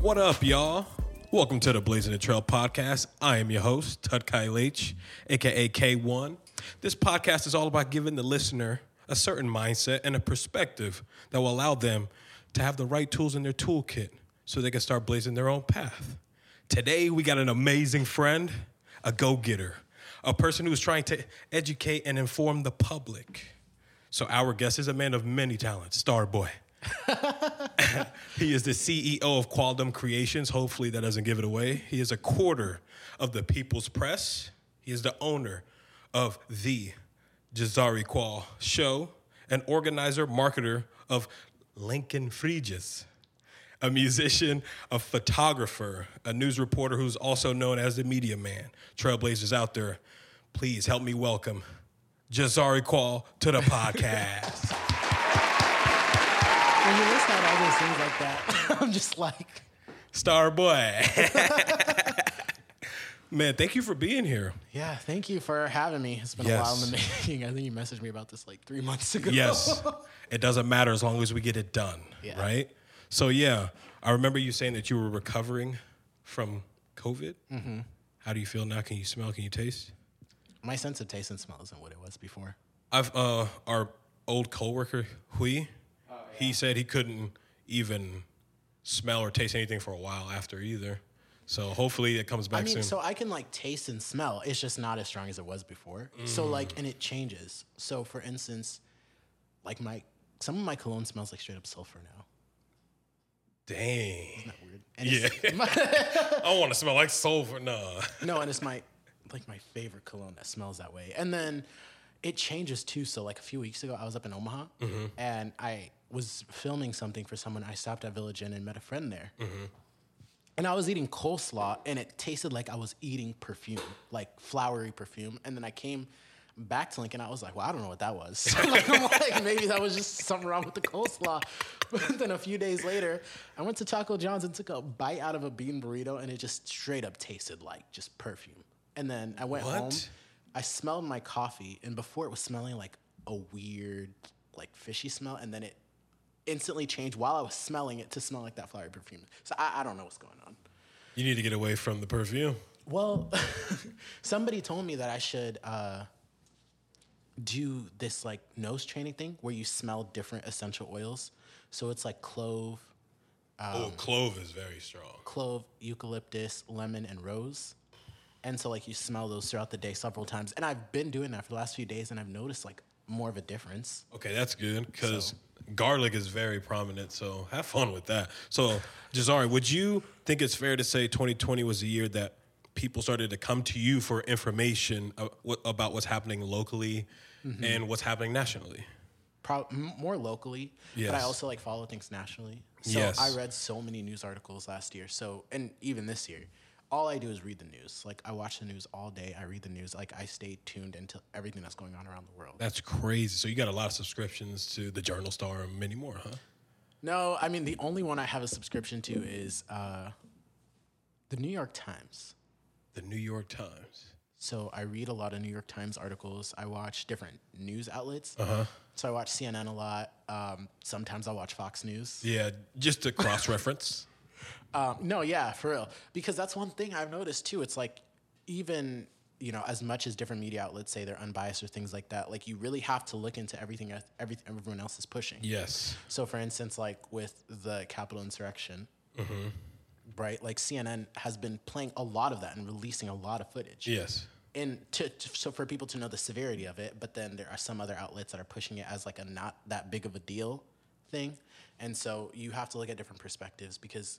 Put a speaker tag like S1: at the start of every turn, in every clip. S1: What up, y'all? Welcome to the Blazing the Trail podcast. I am your host, Tut Kyle H, aka K1. This podcast is all about giving the listener a certain mindset and a perspective that will allow them to have the right tools in their toolkit so they can start blazing their own path. Today, we got an amazing friend, a go getter, a person who's trying to educate and inform the public. So, our guest is a man of many talents, Starboy. He is the CEO of Qualdom Creations. Hopefully, that doesn't give it away. He is a quarter of the People's Press. He is the owner of the Jazari Qual Show, an organizer, marketer of Lincoln Freges, a musician, a photographer, a news reporter who's also known as the Media Man. Trailblazers out there, please help me welcome Jazari Qual to the podcast.
S2: When you list out all those things like that, I'm just like,
S1: Star boy. Man, thank you for being here.
S2: yeah, thank you for having me. It's been a while in the making. I think you messaged me about this like three months ago.
S1: Yes. it doesn't matter as long as we get it done,
S2: Yeah.
S1: right? So yeah, I remember you saying that you were recovering from COVID. Mm-hmm. How do you feel now? Can you smell? Can you taste?
S2: My sense of taste and smell isn't what it was before.
S1: I've uh our old coworker Hui,
S2: Oh,
S1: he said he couldn't even smell or taste anything for a while after either. So hopefully it comes back
S2: I mean,
S1: soon.
S2: so I can like taste and smell. It's just not as strong as it was before. So
S1: Mm.
S2: like, and it changes. So for instance, like my some of my cologne smells like straight up sulfur now.
S1: Dang.
S2: Not weird. And yeah.
S1: I want to smell like sulfur. No.
S2: No, and it's my like my favorite cologne that smells that way. And then it changes too. So like a few weeks ago, I was up in Omaha and I was filming something for someone. I stopped at Village Inn and met a friend there. And I was eating coleslaw and it tasted like I was eating perfume, like flowery perfume. And then I came back to Lincoln. I was like, well, I don't know what that was. So, like, I'm like, maybe that was just something wrong with the coleslaw. But then a few days later, I went to Taco John's and took a bite out of a bean burrito and it just straight up tasted like just perfume. And then I went home.
S1: What?
S2: I smelled my coffee and before it was smelling like a weird, like fishy smell. And then it instantly changed while I was smelling it to smell like that flowery perfume. So I, I don't know what's going on.
S1: You need to get away from the perfume.
S2: Well, somebody told me that I should uh, do this like nose training thing where you smell different essential oils. So it's like clove,
S1: oh, clove is very strong.
S2: clove, eucalyptus, lemon, and rose. And so like you smell those throughout the day several times. And I've been doing that for the last few days, and I've noticed like more of a difference.
S1: Okay, that's good because garlic is very prominent. So have fun with that. So, Jazari, would you think it's fair to say 2020 was the year that people started to come to you for information a- what- about what's happening locally and what's happening nationally?
S2: Pro- m- more locally, but I
S1: Yes.
S2: also like follow things nationally. So
S1: Yes.
S2: I read so many news articles last year. So and even this year, all I do is read the news. Like I watch the news all day. I read the news. Like I stay tuned into everything that's going on around the world.
S1: That's crazy. So you got a lot of subscriptions to the Journal Star and many more, huh?
S2: No, I mean the only one I have a subscription to is uh, the New York Times.
S1: The New York Times.
S2: So I read a lot of New York Times articles. I watch different news outlets.
S1: Uh-huh.
S2: So I watch CNN a lot. Um, sometimes I watch Fox News.
S1: Yeah, just to cross reference.
S2: Um, no, yeah, for real. Because that's one thing I've noticed too. It's like even you know as much as different media outlets say they're unbiased or things like that. Like you really have to look into everything else- everything everyone else is pushing.
S1: Yes.
S2: So for instance, like with the Capitol insurrection. Right, like CNN has been playing a lot of that and releasing a lot of footage
S1: Yes.
S2: and to, to so for people to know the severity of it but then there are some other outlets that are pushing it as like a not that big of a deal thing and so you have to look at different perspectives because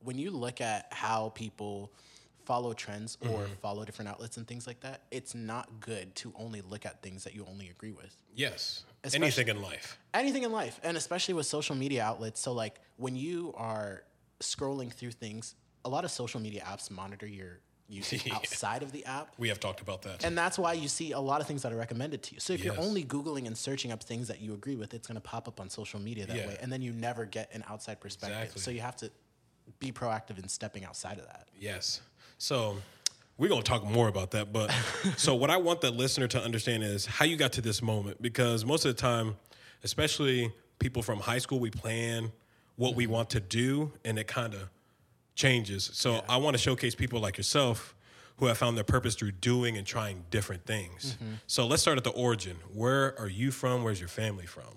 S2: when you look at how people follow trends or follow different outlets and things like that it's not good to only look at things that you only agree with
S1: Yes.
S2: Especially-
S1: Anything in life.
S2: anything in life and especially with social media outlets so like when you are scrolling through things a lot of social media apps monitor your usage outside of the app
S1: We have talked about that.
S2: and that's why you see a lot of things that are recommended to you. So if you're
S1: Yes.
S2: only Googling and searching up things that you agree with, it's going to pop up on social media that
S1: Yeah.
S2: way. And then you never get an outside perspective.
S1: Exactly.
S2: So you have to be proactive in stepping outside of that.
S1: Yes. So we're going to talk more about that. But so what I want the listener to understand is how you got to this moment because most of the time, Mm-hmm. especially people from high school, we plan what we want to do and it kind of changes. So I want to showcase people like yourself who have found their purpose through doing and trying different things. So let's start at the origin. Where are you from? Where's your family from?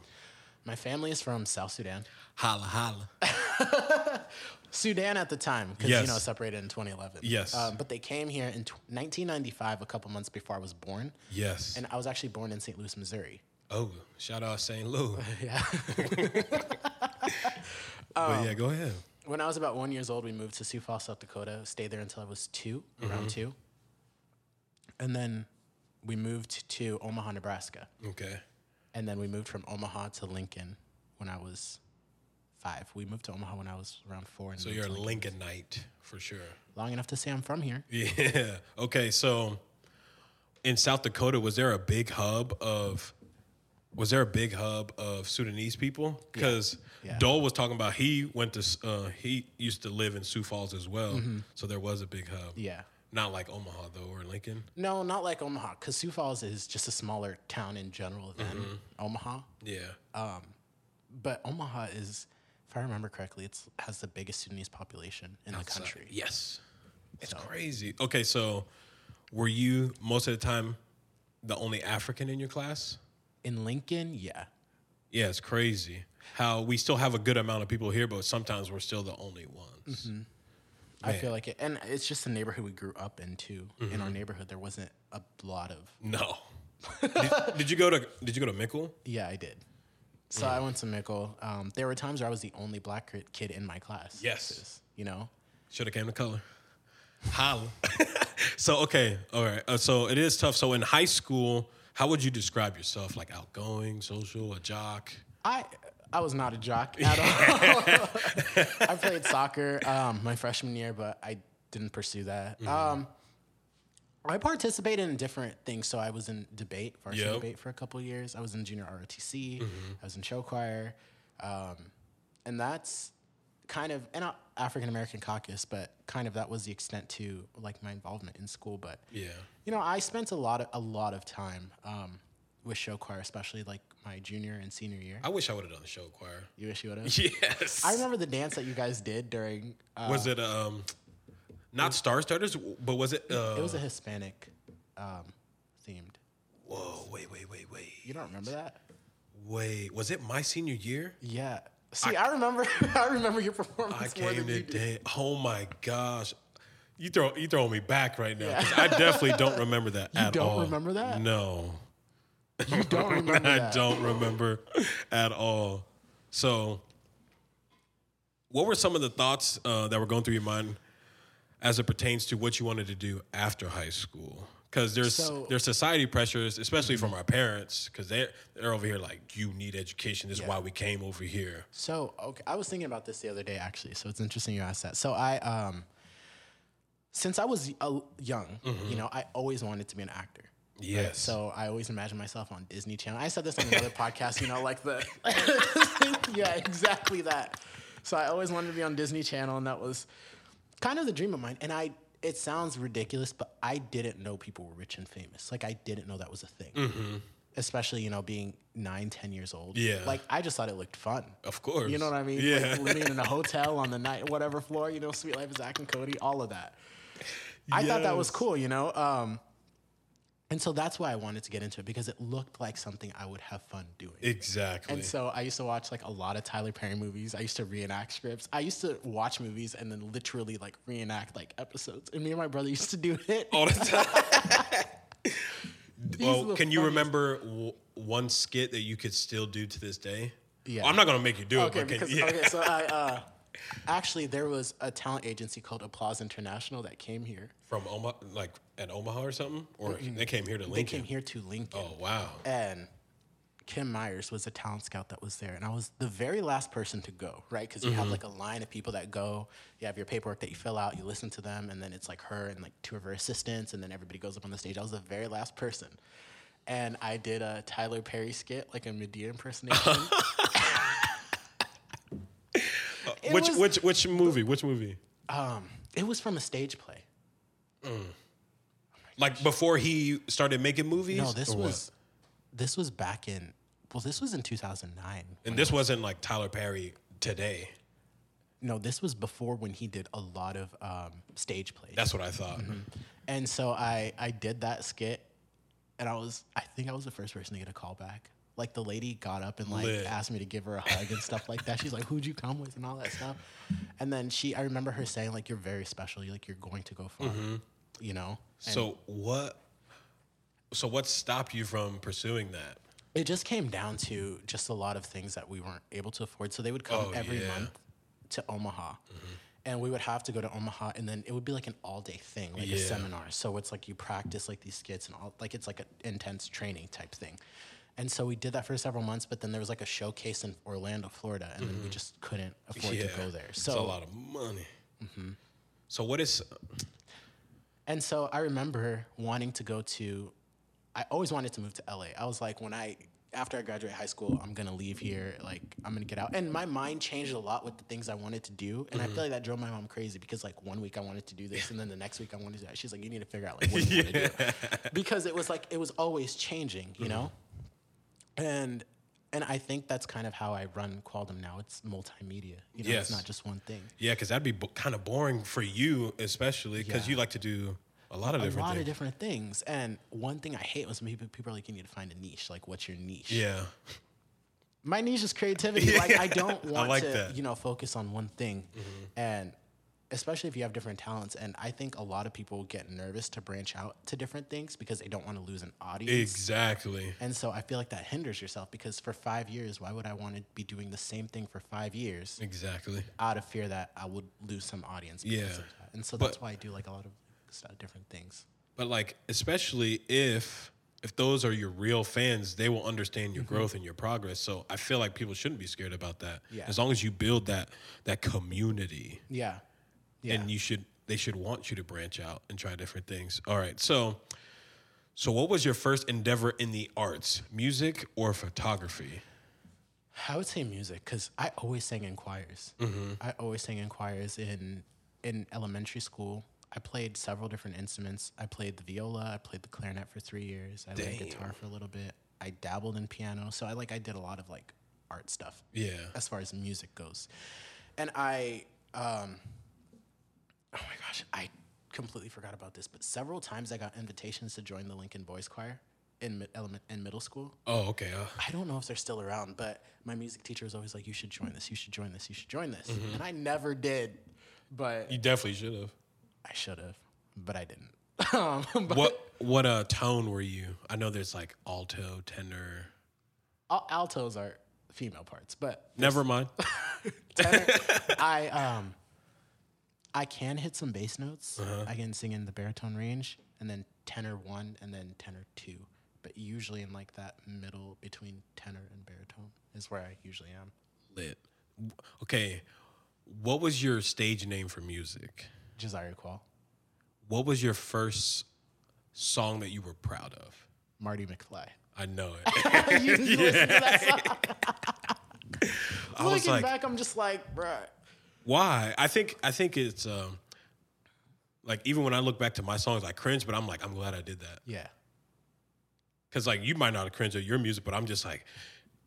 S2: My family is from South Sudan.
S1: Holla, holla.
S2: Sudan at the time, because
S1: Yes.
S2: you know separated in 2011.
S1: Yes.
S2: Um, but they came here in t- 1995, a couple months before I was born,
S1: Yes.
S2: and I was actually born in St. Louis, Missouri.
S1: oh, shout out St. Louis. yeah. but yeah, go ahead.
S2: When I was about one years old, we moved to Sioux Falls, South Dakota. Stayed there until I was 2
S1: Mm-hmm.
S2: around two, and then we moved to Omaha, Nebraska,
S1: Okay.
S2: and then we moved from Omaha to Lincoln when I was five. We moved to Omaha when I was around four, and
S1: So you're a Lincolnite for sure.
S2: long enough to say I'm from here.
S1: Yeah. Okay. So in South Dakota, was there a big hub of was there a big hub of Sudanese people? Because
S2: Yeah.
S1: Dole was talking about he went to S- uh, he used to live in Sioux Falls as well, so there was a big hub.
S2: Mm-hmm. Yeah.
S1: Not like Omaha though or Lincoln.
S2: No, not like Omaha, because Sioux Falls is just a smaller town in general than
S1: Mm-hmm.
S2: Omaha.
S1: Yeah.
S2: But Omaha is, if I remember correctly, it's has the biggest Sudanese population in the
S1: So-
S2: country.
S1: yes. It's crazy. Okay, so were you most of the time the only African in your class?
S2: In Lincoln, yeah,
S1: Yeah, it's crazy how we still have a good amount of people here, but sometimes we're still the only ones.
S2: I feel like it, and it's just the neighborhood we grew up in too. In our neighborhood, there wasn't a lot of.
S1: No. did, did you go to Did you go to Mickle?
S2: Yeah, I did. So I went to Mickle. Um, there were times where I was the only black kid- kid in my class.
S1: Yes.
S2: You know,
S1: Should have came to color. Holla. so okay, all right. Uh, so it is tough. So in high school, how would you describe yourself? Like outgoing, social, a jock?
S2: I I was not a jock at all. I played soccer um, my freshman year, but I didn't pursue that.
S1: Mm-hmm.
S2: Um, I participated in different things. So I was in debate, varsity
S1: Yep. Mm-hmm.
S2: debate for a couple years. I was in junior ROTC. I was in show choir, um, and that's kind of and African American caucus, but kind of that was the extent to like my involvement in school. But
S1: Yeah.
S2: you know, I spent a lot of a lot of time um, with show choir, especially like my junior and senior year.
S1: I wish I would have done the show choir.
S2: You wish you would have.
S1: Yes.
S2: I remember the dance that you guys did during. Uh,
S1: was it um, not Star Starters, but was it? Uh,
S2: it was a Hispanic um, themed.
S1: whoa! Wait! Wait! Wait! Wait!
S2: You don't remember that?
S1: Wait! Was it my senior year?
S2: Yeah. See, I, remember. I remember your performance
S1: I
S2: more
S1: came
S2: than you did.
S1: today. Oh my gosh. You throw you throw me back right now. 'cause I definitely don't remember that you at
S2: don't
S1: all.
S2: remember that?
S1: No.
S2: You don't remember
S1: I
S2: that.
S1: don't remember at all. So what were some of the thoughts uh, that were going through your mind as it pertains to what you wanted to do after high school? Because there's
S2: So- Mm-hmm.
S1: there's society pressures, especially from our parents, because they're they're over here like you need education. This is why we came over here.
S2: So, okay, I was thinking about this the other day actually. So it's interesting you asked that. So I, um, since I was uh, young,
S1: Mm-hmm.
S2: you know, I always wanted to be an actor.
S1: Yes.
S2: So I always imagine myself on Disney Channel. I said this on another podcast, you know, like the yeah, exactly that. So I always wanted to be on Disney Channel, and that was kind of the dream of mine. And I, it sounds ridiculous, but I didn't know people were rich and famous. Like I didn't know that was a thing. Especially, you know, being nine, ten years old.
S1: Mm-hmm. Yeah.
S2: Like I just thought it looked fun.
S1: of course.
S2: You know what I mean?
S1: Yeah.
S2: Like living in a hotel on the night, whatever floor, you know, Sweet Life of Zach and Cody, all of that. I thought that was
S1: Yes.
S2: cool, you know? Um, and so that's why I wanted to get into it because it looked like something I would have fun doing.
S1: Exactly.
S2: and so I used to watch like a lot of Tyler Perry movies. I used to reenact scripts. I used to watch movies and then literally like reenact like episodes. And me and my brother used to do it.
S1: all the time.
S2: These are
S1: well,
S2: the
S1: can you
S2: funniest-
S1: remember w- one skit that you could still do to this day?
S2: Yeah.
S1: I'm not gonna make you do
S2: Okay,
S1: it, but can,
S2: because
S1: yeah.
S2: okay, so I uh, actually there was a talent agency called Applause International that came here.
S1: from Omaha, like at Omaha or something, or they came here to
S2: They
S1: Lincoln.
S2: came here to Lincoln.
S1: Oh wow,
S2: and Kim Myers was a talent scout that was there, and I was the very last person to go, right? Because you
S1: Mm-hmm.
S2: have like a line of people that go, you have your paperwork that you fill out, you listen to them, and then it's like her and like two of her assistants, and then everybody goes up on the stage. I was the very last person, and I did a Tyler Perry skit, like a Medea impersonation. It
S1: which
S2: was-
S1: which which movie? Which movie?
S2: um, it was from a stage play.
S1: Like before he started making movies?
S2: No, this
S1: or what?
S2: was this was back in well, this was in two thousand nine.
S1: and this wasn't like Tyler Perry today.
S2: No, this was before when he did a lot of um, stage plays.
S1: That's what I thought.
S2: Mm-hmm. And so I I did that skit, and I was I think I was the first person to get a call back. Like the lady got up and like
S1: Lit.
S2: asked me to give her a hug and stuff like that. She's like, "Who'd you come with?" and all that stuff. And then she, I remember her saying like, "You're very special. You're like you're going to go far." You know. And
S1: So what? So what stopped you from pursuing that?
S2: it just came down to just a lot of things that we weren't able to afford. So they would come
S1: Oh,
S2: every
S1: yeah. Mm-hmm.
S2: month to Omaha. And we would have to go to Omaha, and then it would be like an all-day thing, like a
S1: Yeah.
S2: seminar. So it's like you practice like these skits and all, like it's like an intense training type thing. And so we did that for several months, but then there was like a showcase in Orlando, Florida, and then we just couldn't afford
S1: Mm-hmm. yeah,
S2: to go there.
S1: It's
S2: So Mm-hmm.
S1: a lot of money. So what is?
S2: And so I remember wanting to go to, I always wanted to move to LA. I was like, when I, after I graduate high school, I'm gonna leave here. Like, I'm gonna get out. And my mind changed a lot with the things I wanted to do. And I feel like that drove my mom crazy because, like, one week I wanted to do this, and then the next week I wanted to do that. She's like, you need to figure out, like, what do you wanna do? Because it was like, it was always changing, you know? And, and I think that's kind of how I run Qualdom now. It's multimedia. You know,
S1: Yes.
S2: it's not just one thing.
S1: Yeah, because that'd be bo- kind of boring for you, especially because
S2: Yeah.
S1: you like to do a lot of
S2: a
S1: different
S2: lot
S1: things.
S2: of different things. And one thing I hate was when people, people are like, you need to find a niche. Like, what's your niche?
S1: yeah,
S2: My niche is creativity. Like, I don't
S1: I
S2: want
S1: like
S2: to,
S1: that. Mm-hmm.
S2: you know, focus on one thing. And especially if you have different talents. And I think a lot of people get nervous to branch out to different things because they don't want to lose an audience.
S1: exactly.
S2: And so I feel like that hinders yourself because for five years, why would I want to be doing the same thing for five years
S1: Exactly.
S2: out of fear that I would lose some audience? Because
S1: Yeah.
S2: Of that. And so
S1: But-
S2: that's why I do like a lot of st- different things.
S1: But like, especially if if those are your real fans, they will understand
S2: Mm-hmm.
S1: your growth and your progress. So I feel like people shouldn't be scared about that.
S2: Yeah.
S1: As long as you build that that community,
S2: Yeah. Yeah.
S1: and you should they should want you to branch out and try different things. All right. So so what was your first endeavor in the arts? Music or photography?
S2: I would say music because I always sang in choirs. I always sang in choirs in in elementary school. I played several different instruments. I played the viola. I played the clarinet for three years. I played guitar for a little bit. I dabbled in piano. So I like I did a lot of like art stuff
S1: Yeah.
S2: as far as music goes. And I, um, oh my gosh, I completely forgot about this. But several times I got invitations to join the Lincoln Boys Choir in mid- element in middle school.
S1: Oh, okay. Uh,
S2: I don't know if they're still around, but my music teacher was always like, "You should join this. You should join this. You should join this." And I never did, but
S1: you definitely should have.
S2: I should have, but I didn't. um, but
S1: What what uh tone were you? I know there's like alto, tenor.
S2: al- altos are female parts, but
S1: Never mind.
S2: tenor, I um, I can hit some bass notes. I can sing in the baritone range, and then tenor one, and then tenor two. But usually in like that middle between tenor and baritone is where I usually am.
S1: Lit. Okay. What was your stage name for music?
S2: Josiah Qual,
S1: What was your first song that you were proud of?
S2: Marty McFly.
S1: I know it.
S2: you just listen to that song.
S1: I was
S2: Looking
S1: like,
S2: back, I'm just like, bruh.
S1: why? I think I think it's um, like even when I look back to my songs, I cringe, but I'm like, I'm glad I did that
S2: Yeah.
S1: because like you might not have cringed at your music, but I'm just like,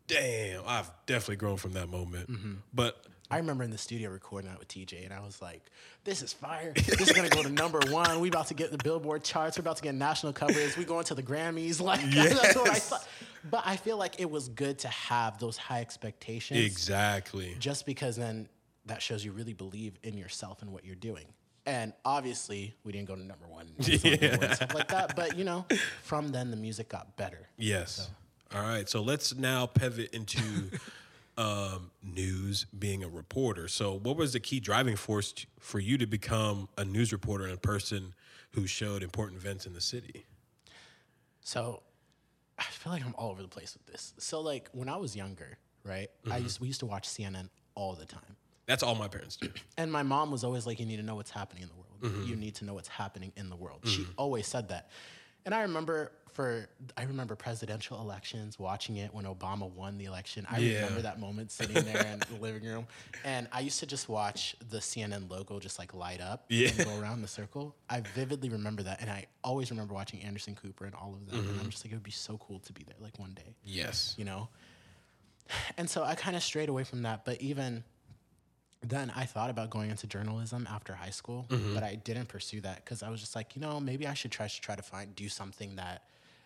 S1: damn, I've definitely grown from that moment. But
S2: I remember in the studio recording that with TJ, and I was like, this is fire. This is going to go to number one. We about to get the Billboard charts. We're about to get national coverage. We going to the Grammys. Like, that's what I thought. But I feel like it was good to have those high expectations
S1: exactly,
S2: just because then that shows you really believe in yourself and what you're doing. And obviously, we didn't go to number one yeah. and stuff like that. But, you know, from then, the music got better.
S1: yes. All right, so let's now pivot into um, news. Being a reporter, so what was the key driving force t- for you to become a news reporter and a person who showed important events in the city?
S2: So I feel like I'm all over the place with this. So like when I was younger, right? I used we used to watch CNN all the time.
S1: That's all my parents do.
S2: And my mom was always like you need to know what's happening in the world.
S1: Mm-hmm.
S2: You need to know what's happening in the world. She always said that. And I remember for I remember presidential elections, watching it when Obama won the election. I
S1: Yeah.
S2: remember that moment sitting there in the living room and I used to just watch the CNN logo just like light up and
S1: Yeah.
S2: go around the circle. I vividly remember that, and I always remember watching Anderson Cooper and all of them. And
S1: Mm-hmm.
S2: I'm just like, it would be so cool to be there, like one day,
S1: Yes.
S2: you know. And so I kind of strayed away from that, but even then I thought about going into journalism after high school, but I didn't pursue that because I was just like, you know, maybe I should try to try to find do something that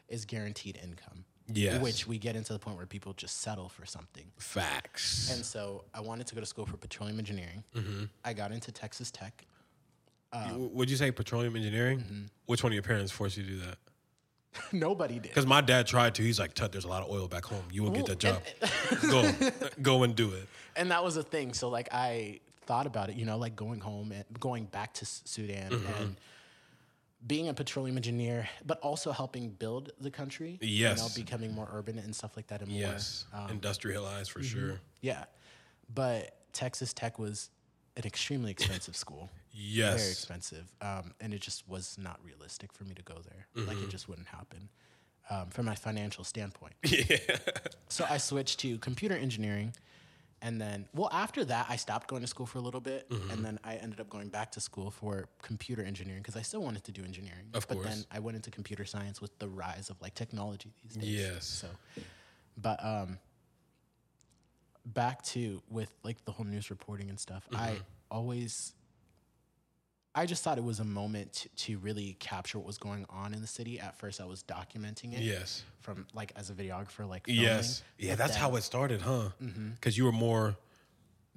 S2: is guaranteed income.
S1: Yes.
S2: Which we get into the point where people just settle for something.
S1: Facts.
S2: And so I wanted to go to school for petroleum engineering. I got into Texas Tech. uh,
S1: W- Would you say petroleum engineering?
S2: Mm-hmm.
S1: Which one of your parents forced you to do that?
S2: Nobody did.
S1: Because my dad tried to. He's like, Tut, there's a lot of oil back home. You will get that job. go, go and do it.
S2: and that was the thing. So like I thought about it, you know, like going home and going back to S- Sudan
S1: Mm-hmm.
S2: and being a petroleum engineer, but also helping build the country. you know,
S1: Yes.
S2: becoming more urban and stuff like that, and more
S1: Yes.
S2: um,
S1: Industrialized for
S2: mm-hmm.
S1: sure.
S2: yeah. But Texas Tech was an extremely expensive school,
S1: Yes.
S2: very expensive, um, and it just was not realistic for me to go there. Like
S1: Mm-hmm.
S2: it just wouldn't happen. Um, from my financial standpoint. So I switched to computer engineering. And then, well, after that, I stopped going to school for a little bit.
S1: Mm-hmm.
S2: And then I ended up going back to school for computer engineering because I still wanted to do engineering.
S1: Of
S2: But then
S1: course.
S2: I went into computer science with the rise of like technology these days.
S1: Yes.
S2: So, but um, back to with like the whole news reporting and stuff,
S1: Mm-hmm.
S2: I always I just thought it was a moment to, to really capture what was going on in the city. At first, I was documenting it.
S1: Yes.
S2: From like as a videographer, like filming.
S1: Yes. Yeah,
S2: But
S1: that's
S2: then-
S1: how it started, huh?
S2: Mm-hmm.
S1: Because you were more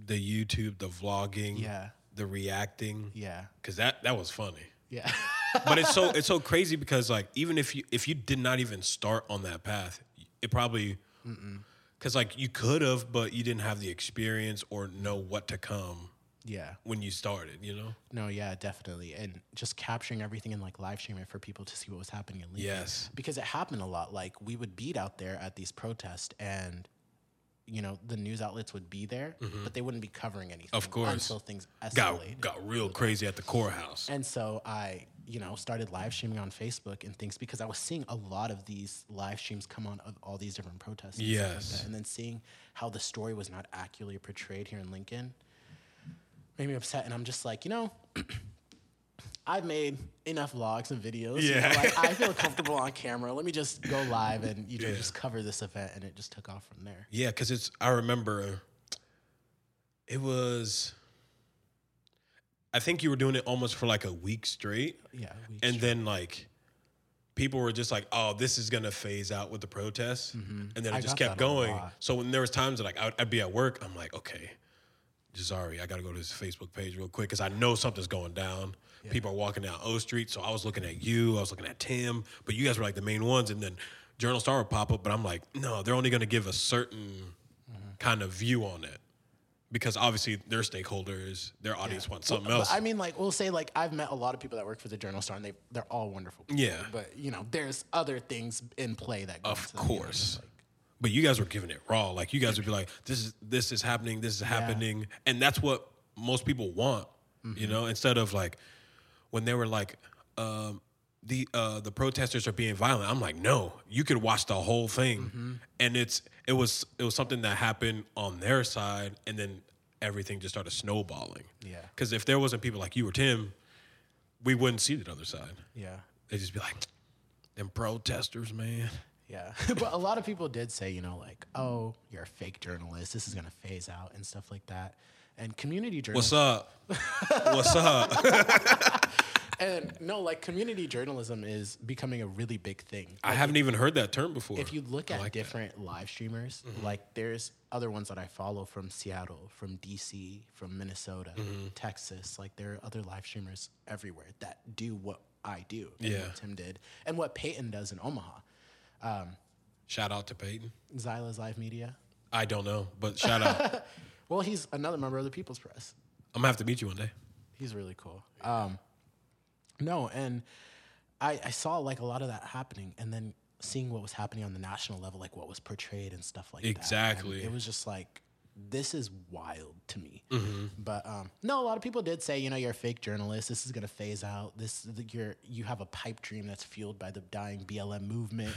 S1: the YouTube, the vlogging,
S2: Yeah.
S1: the reacting.
S2: Yeah.
S1: Because that, that was funny.
S2: Yeah.
S1: but it's so it's so crazy because like even if you if you did not even start on that path, it probably because like you could have, but you didn't have the experience or know what to come
S2: yeah.
S1: when you started. You know?
S2: No. Yeah. Definitely. And just capturing everything and like live streaming it for people to see what was happening in Lincoln.
S1: Yes.
S2: Because it happened a lot. Like we would beat out there at these protests and. You know the news outlets would be there, but they wouldn't be covering anything.
S1: Mm-hmm. Of course.
S2: until things
S1: Got
S2: escalate.
S1: got real crazy at the courthouse.
S2: And so I, you know, started live streaming on Facebook and things because I was seeing a lot of these live streams come on of all these different protests. and stuff like
S1: Yes.
S2: that. And then seeing how the story was not accurately portrayed here in Lincoln made me upset. And I'm just like, you know, I've made enough vlogs and videos. you know,
S1: Yeah.
S2: like, I feel comfortable on camera. Let me just go live and you know,
S1: Yeah.
S2: just cover this event. And it just took off from there.
S1: Yeah, because it's I remember it was. I think you were doing it almost for like a week straight.
S2: Yeah. We,
S1: and then like people were just like oh this is gonna phase out with the protests and then it
S2: Mm-hmm. I
S1: just
S2: got
S1: kept
S2: that a
S1: going
S2: lot.
S1: so when there was times that like I'd, I'd be at work i'm like okay sorry i gotta go to this facebook page real quick because i know something's going down people are walking down o street so i was looking at you i was looking at tim but you guys were like the main ones and then journal star would pop up but i'm like no they're only gonna give a certain
S2: Mm-hmm.
S1: kind of view on it because obviously their stakeholders their audience wants something
S2: But
S1: else
S2: I mean, like we'll say, like I've met a lot of people that work for the Journal Star, and they they're all wonderful. People.
S1: Yeah.
S2: but you know, there's other things in play that. Go
S1: Of
S2: into that, you know,
S1: course. but you guys were giving it raw. Like you guys would be like, this is this is happening, this is happening. And that's what most people want. You know, instead of like when they were like, um, the uh the protesters are being violent. I'm like, no, you could watch the whole thing. And it's it was it was something that happened on their side and then everything just started snowballing.
S2: Yeah.
S1: Cause if there wasn't people like you or Tim, we wouldn't see the other side.
S2: yeah,
S1: They'd just be like, them protesters, man.
S2: yeah. but a lot of people did say, you know, like, oh, you're a fake journalist. This is gonna phase out and stuff like that. And community
S1: What's
S2: journalism,
S1: up? What's up?
S2: and no, like community journalism is becoming a really big thing.
S1: I haven't even heard that term before.
S2: if you look at
S1: like that. Mm-hmm.
S2: different live streamers, like there's other ones that I follow from Seattle, from DC, from Minnesota,
S1: Mm-hmm.
S2: Texas. Like there are other live streamers everywhere that do what I do, and
S1: Yeah.
S2: what Tim did, and what Peyton does in Omaha.
S1: shout out to Peyton.
S2: Xyla's Live Media.
S1: I don't know, but shout out. I'm
S2: Well, he's another member of the People's Press.
S1: gonna have to meet you one day.
S2: He's really cool. Um, no, and I, I saw like a lot of that happening, and then seeing what was happening on the national level, like what was portrayed and stuff like that.
S1: Exactly.
S2: And It was just like this is wild to me. But um, no, a lot of people did say, you know, you're a fake journalist. This is gonna phase out. This th- you're you have a pipe dream that's fueled by the dying BLM movement.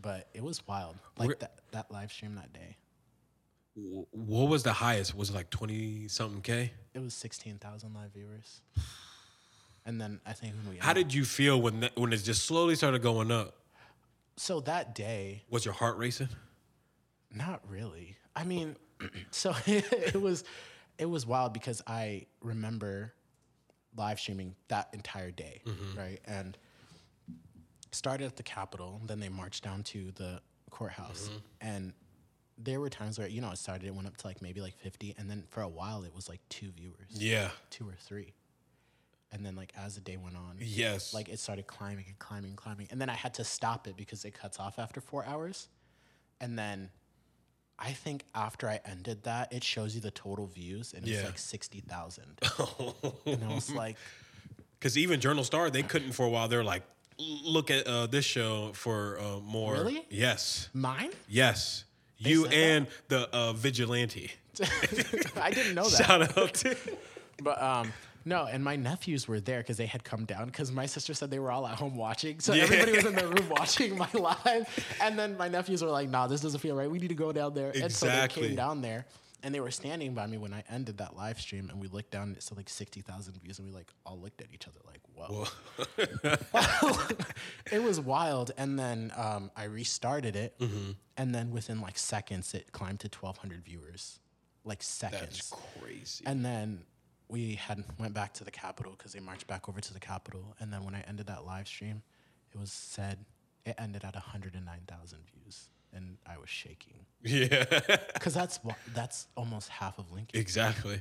S2: But it was wild,
S1: We're-
S2: like that, that live stream that day.
S1: Wh- What was the highest? Was it like twenty something k?
S2: It was sixteen thousand live viewers, and then I think when we
S1: How did you feel when that, when it just slowly started going up?
S2: so that day
S1: Was your heart racing?
S2: Not really. I mean, so it was. it was wild because I remember live streaming that entire day, right? And started at the Capitol, then they marched down to the courthouse, and there were times where you know it started, it went up to like maybe like fifty, and then for a while it was like two viewers,
S1: Yeah.
S2: two or three, and then like as the day went on,
S1: Yes.
S2: like it started climbing and climbing and climbing and then i had to stop it because it cuts off after four hours and then i think after i ended that it shows you the total views and
S1: Yeah.
S2: it's like 60000 and i was like
S1: Because even Journal Star, they couldn't for a while. They're like, look at uh, this show for uh, more.
S2: Really?
S1: Yes.
S2: mine
S1: Yes. you
S2: said that?
S1: and the uh, vigilante.
S2: i didn't know that
S1: Shout out to.
S2: but um no, and my nephews were there because they had come down because my sister said they were all at home watching. So
S1: Yeah.
S2: everybody was in their room watching my live. And then my nephews were like, nah, this doesn't feel right. We need to go down there. And so they
S1: Exactly.
S2: came down there and they were standing by me when I ended that live stream. And we looked down and it said like 60,000 views. And we like all looked at each other like, whoa. it was wild. And then um, I restarted it.
S1: Mm-hmm.
S2: And then within like seconds, it climbed to 1,200 viewers. Like seconds.
S1: That's crazy.
S2: And then we had went back to the Capitol because they marched back over to the Capitol. And then when I ended that live stream, it was said it ended at 109,000 views, and I was shaking
S1: Yeah.
S2: because that's wha- that's almost half of Lincoln.
S1: exactly.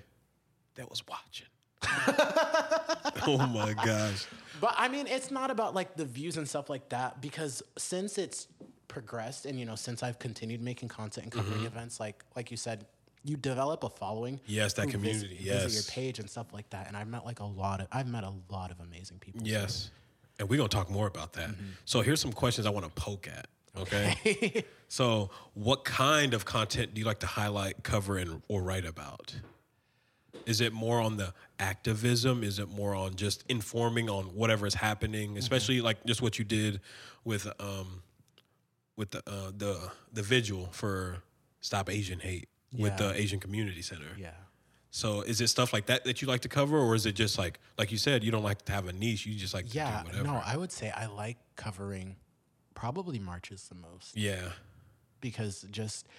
S1: That was watching. oh my gosh.
S2: But I mean, it's not about like the views and stuff like that because since it's progressed and you know since I've continued making content and
S1: Mm-hmm.
S2: covering events, like like you said, you develop a following.
S1: Yes, that
S2: who visit-
S1: community, yes.
S2: visit your page and stuff like that. And I've met like a lot of I've met a lot of amazing people.
S1: Yes. And we're going to talk more about that. So here's some questions I want to poke at. Okay. so, what kind of content do you like to highlight, cover, and or write about? Is it more on the activism? Is it more on just informing on whatever is happening, especially like just what you did with um with the uh, the the vigil for Stop Asian Hate with
S2: Yeah.
S1: the Asian Community Center?
S2: Yeah.
S1: So is it stuff like that that you like to cover, or is it just like like you said, you don't like to have a niche, you just like to
S2: Yeah,
S1: do whatever?
S2: no, I would say I like covering probably marches the most
S1: Yeah,
S2: because just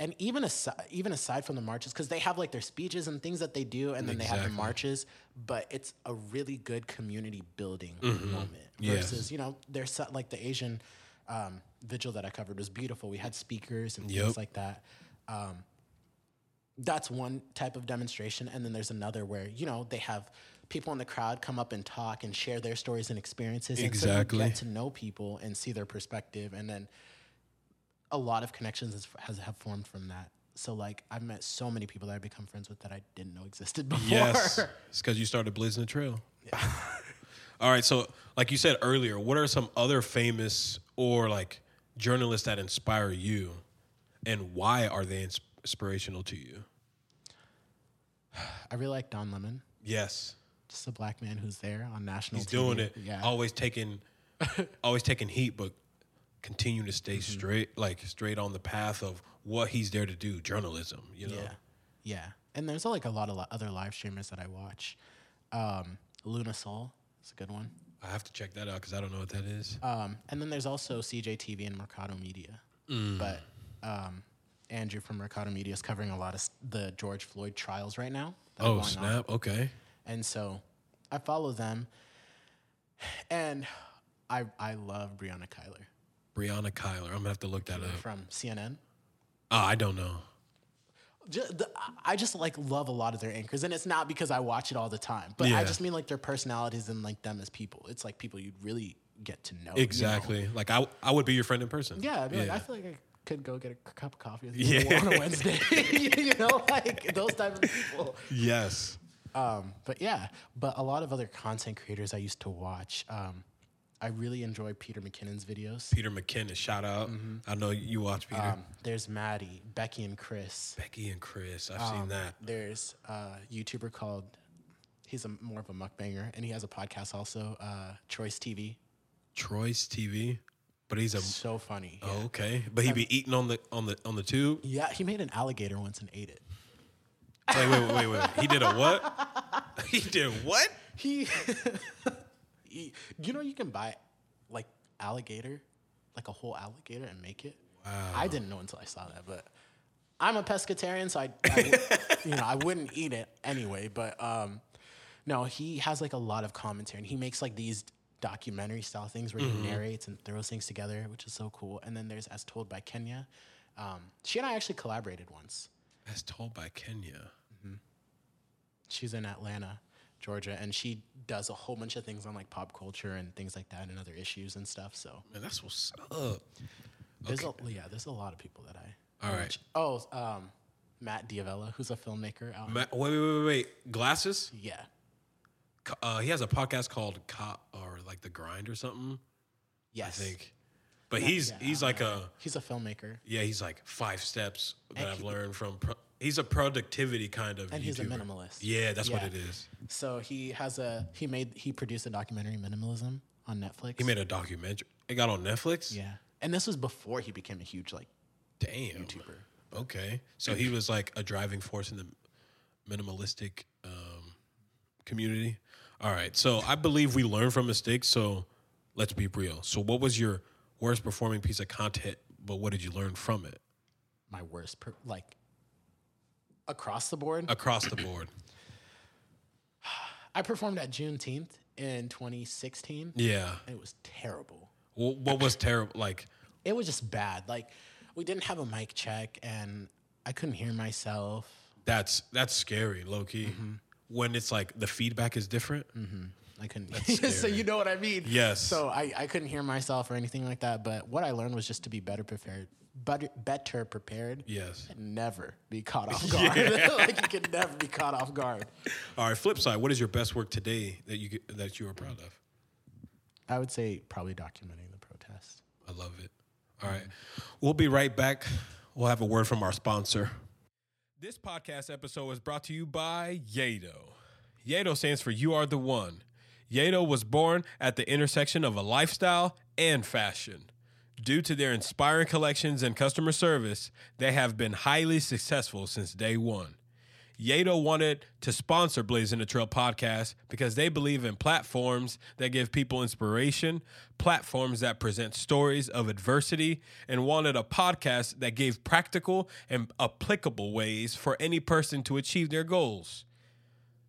S2: and even aside, even aside from the marches because they have like their speeches and things that they do and then they have
S1: Exactly.
S2: the marches but it's a really good community building moment
S1: Mm-hmm. Yes.
S2: versus you know there's so- like the asian um, vigil that i covered was beautiful we had speakers and
S1: Yep.
S2: things like that um, that's one type of demonstration and then there's another where you know they have people in the crowd come up and talk and share their stories and experiences and so
S1: Exactly.
S2: you get to know people and see their perspective and then a lot of connections has, has have formed from that so like i've met so many people that i've become friends with that i didn't know existed before
S1: yes, it's because you started Blizzing the Trail. All right, so like you said earlier, what are some other famous or like journalists that inspire you, and why are they ins- inspirational to you?
S2: i really like don lemon
S1: Yes,
S2: just a black man who's there on national
S1: he's doing it.
S2: yeah
S1: always taking, always taking heat, but continue to stay
S2: Mm-hmm.
S1: straight, like straight on the path of what he's there to do, journalism. You know.
S2: Yeah, yeah. And there's like a lot of li- other live streamers that I watch. Um, Luna Soul is a good one.
S1: I have to check that out because I don't know what that is.
S2: Um, and then there's also CJTV and Mercado Media.
S1: Mm.
S2: But um, Andrew from Mercado Media is covering a lot of s- the George Floyd trials right now. that are
S1: oh
S2: going on.
S1: snap! Okay.
S2: And so I follow them, and I I love Breonna Kyler
S1: Brianna Kyler. I'm gonna have to look that up.
S2: from CNN.
S1: Oh, I don't know.
S2: just, the, I just like love a lot of their anchors, and it's not because I watch it all the time, but
S1: Yeah.
S2: I just mean like their personalities and like them as people. It's like people you'd really get to know. you know?
S1: Exactly. Like I, I would be your friend in person.
S2: Yeah, I'd be like,
S1: Yeah.
S2: I feel like I could go get a c- cup of coffee with
S1: Yeah.
S2: you on a Wednesday. you know, like those type of people.
S1: Yes.
S2: Um, but yeah, but a lot of other content creators I used to watch. Um, I really enjoy Peter McKinnon's videos.
S1: Peter McKinnon. Shout out. I know you watch Peter.
S2: Mm-hmm. Um, there's Maddie, Becky, and Chris.
S1: Becky and Chris. I've
S2: um,
S1: seen that.
S2: there's a YouTuber called he's a more of a mukbanger and he has a podcast also, uh, Choice TV.
S1: Troy's TV, but he's a
S2: So funny.
S1: oh, okay. But he be eating on the on the on the tube.
S2: Yeah, he made an alligator once and ate it.
S1: Wait, wait, wait, wait, wait. He did a what? he did what?
S2: He, he you know you can buy like alligator, like a whole alligator and make it. Wow. I didn't know until I saw that, but I'm a pescatarian, so I, I you know, I wouldn't eat it anyway. But um, no, he has like a lot of commentary, and he makes like these documentary style things where he narrates and throws things together, which is so cool. And then there's As Told by Kenya. Um, she and I actually collaborated once.
S1: As told by Kenya.
S2: She's in Atlanta, Georgia, and she does a whole bunch of things on like pop culture and things like that, and other issues and stuff. So
S1: Man, that's what's up.
S2: There's a, yeah, there's a lot of people that I.
S1: All right.
S2: watch. Oh, um, Matt Diavella, who's a filmmaker. Out
S1: Ma- wait, wait, wait, wait. Glasses?
S2: yeah,
S1: Co- Uh, he has a podcast called Cop or like The Grind or something,
S2: yes,
S1: I think. But he's he's like a
S2: he's a filmmaker,
S1: yeah, he's like five steps that I've learned from pro- he's a productivity kind of
S2: and he's a
S1: YouTuber.
S2: minimalist.
S1: Yeah, that's what
S2: Yeah.
S1: it is.
S2: So he has a he made he produced a documentary minimalism on Netflix.
S1: He made a documentary. It got on Netflix?
S2: yeah, and this was before he became a huge like
S1: Damn.
S2: YouTuber.
S1: Okay. So he was like a driving force in the minimalistic um, community. All right. So I believe we learn from mistakes. So let's be real. So, what was your worst performing piece of content, but what did you learn from it
S2: My worst, per, like across the board.
S1: across the board?
S2: I performed at Juneteenth in 2016.
S1: Yeah.
S2: It was terrible.
S1: Wh- What was terrible? Like,
S2: it was just bad. Like we didn't have a mic check and I couldn't hear myself.
S1: that's that's scary, low key. When it's like the feedback is different.
S2: I couldn't so
S1: scary.
S2: you know what I mean.
S1: Yes.
S2: So I, I couldn't hear myself or anything like that. But what I learned was just to be better prepared. Better, better prepared.
S1: Yes.
S2: and Never be caught off guard. like you can never be caught off guard.
S1: All right. Flip side. What is your best work today that you g- that you are proud of?
S2: I would say probably documenting the protest.
S1: I love it. All right. We'll be right back. We'll have a word from our sponsor. This podcast episode is brought to you by Yato. Yato stands for You Are the One. Yato was born at the intersection of a lifestyle and fashion. Due to their inspiring collections and customer service, they have been highly successful since day one. Yato wanted to sponsor Blazing the Trail podcast because they believe in platforms that give people inspiration, platforms that present stories of adversity, and wanted a podcast that gave practical and applicable ways for any person to achieve their goals.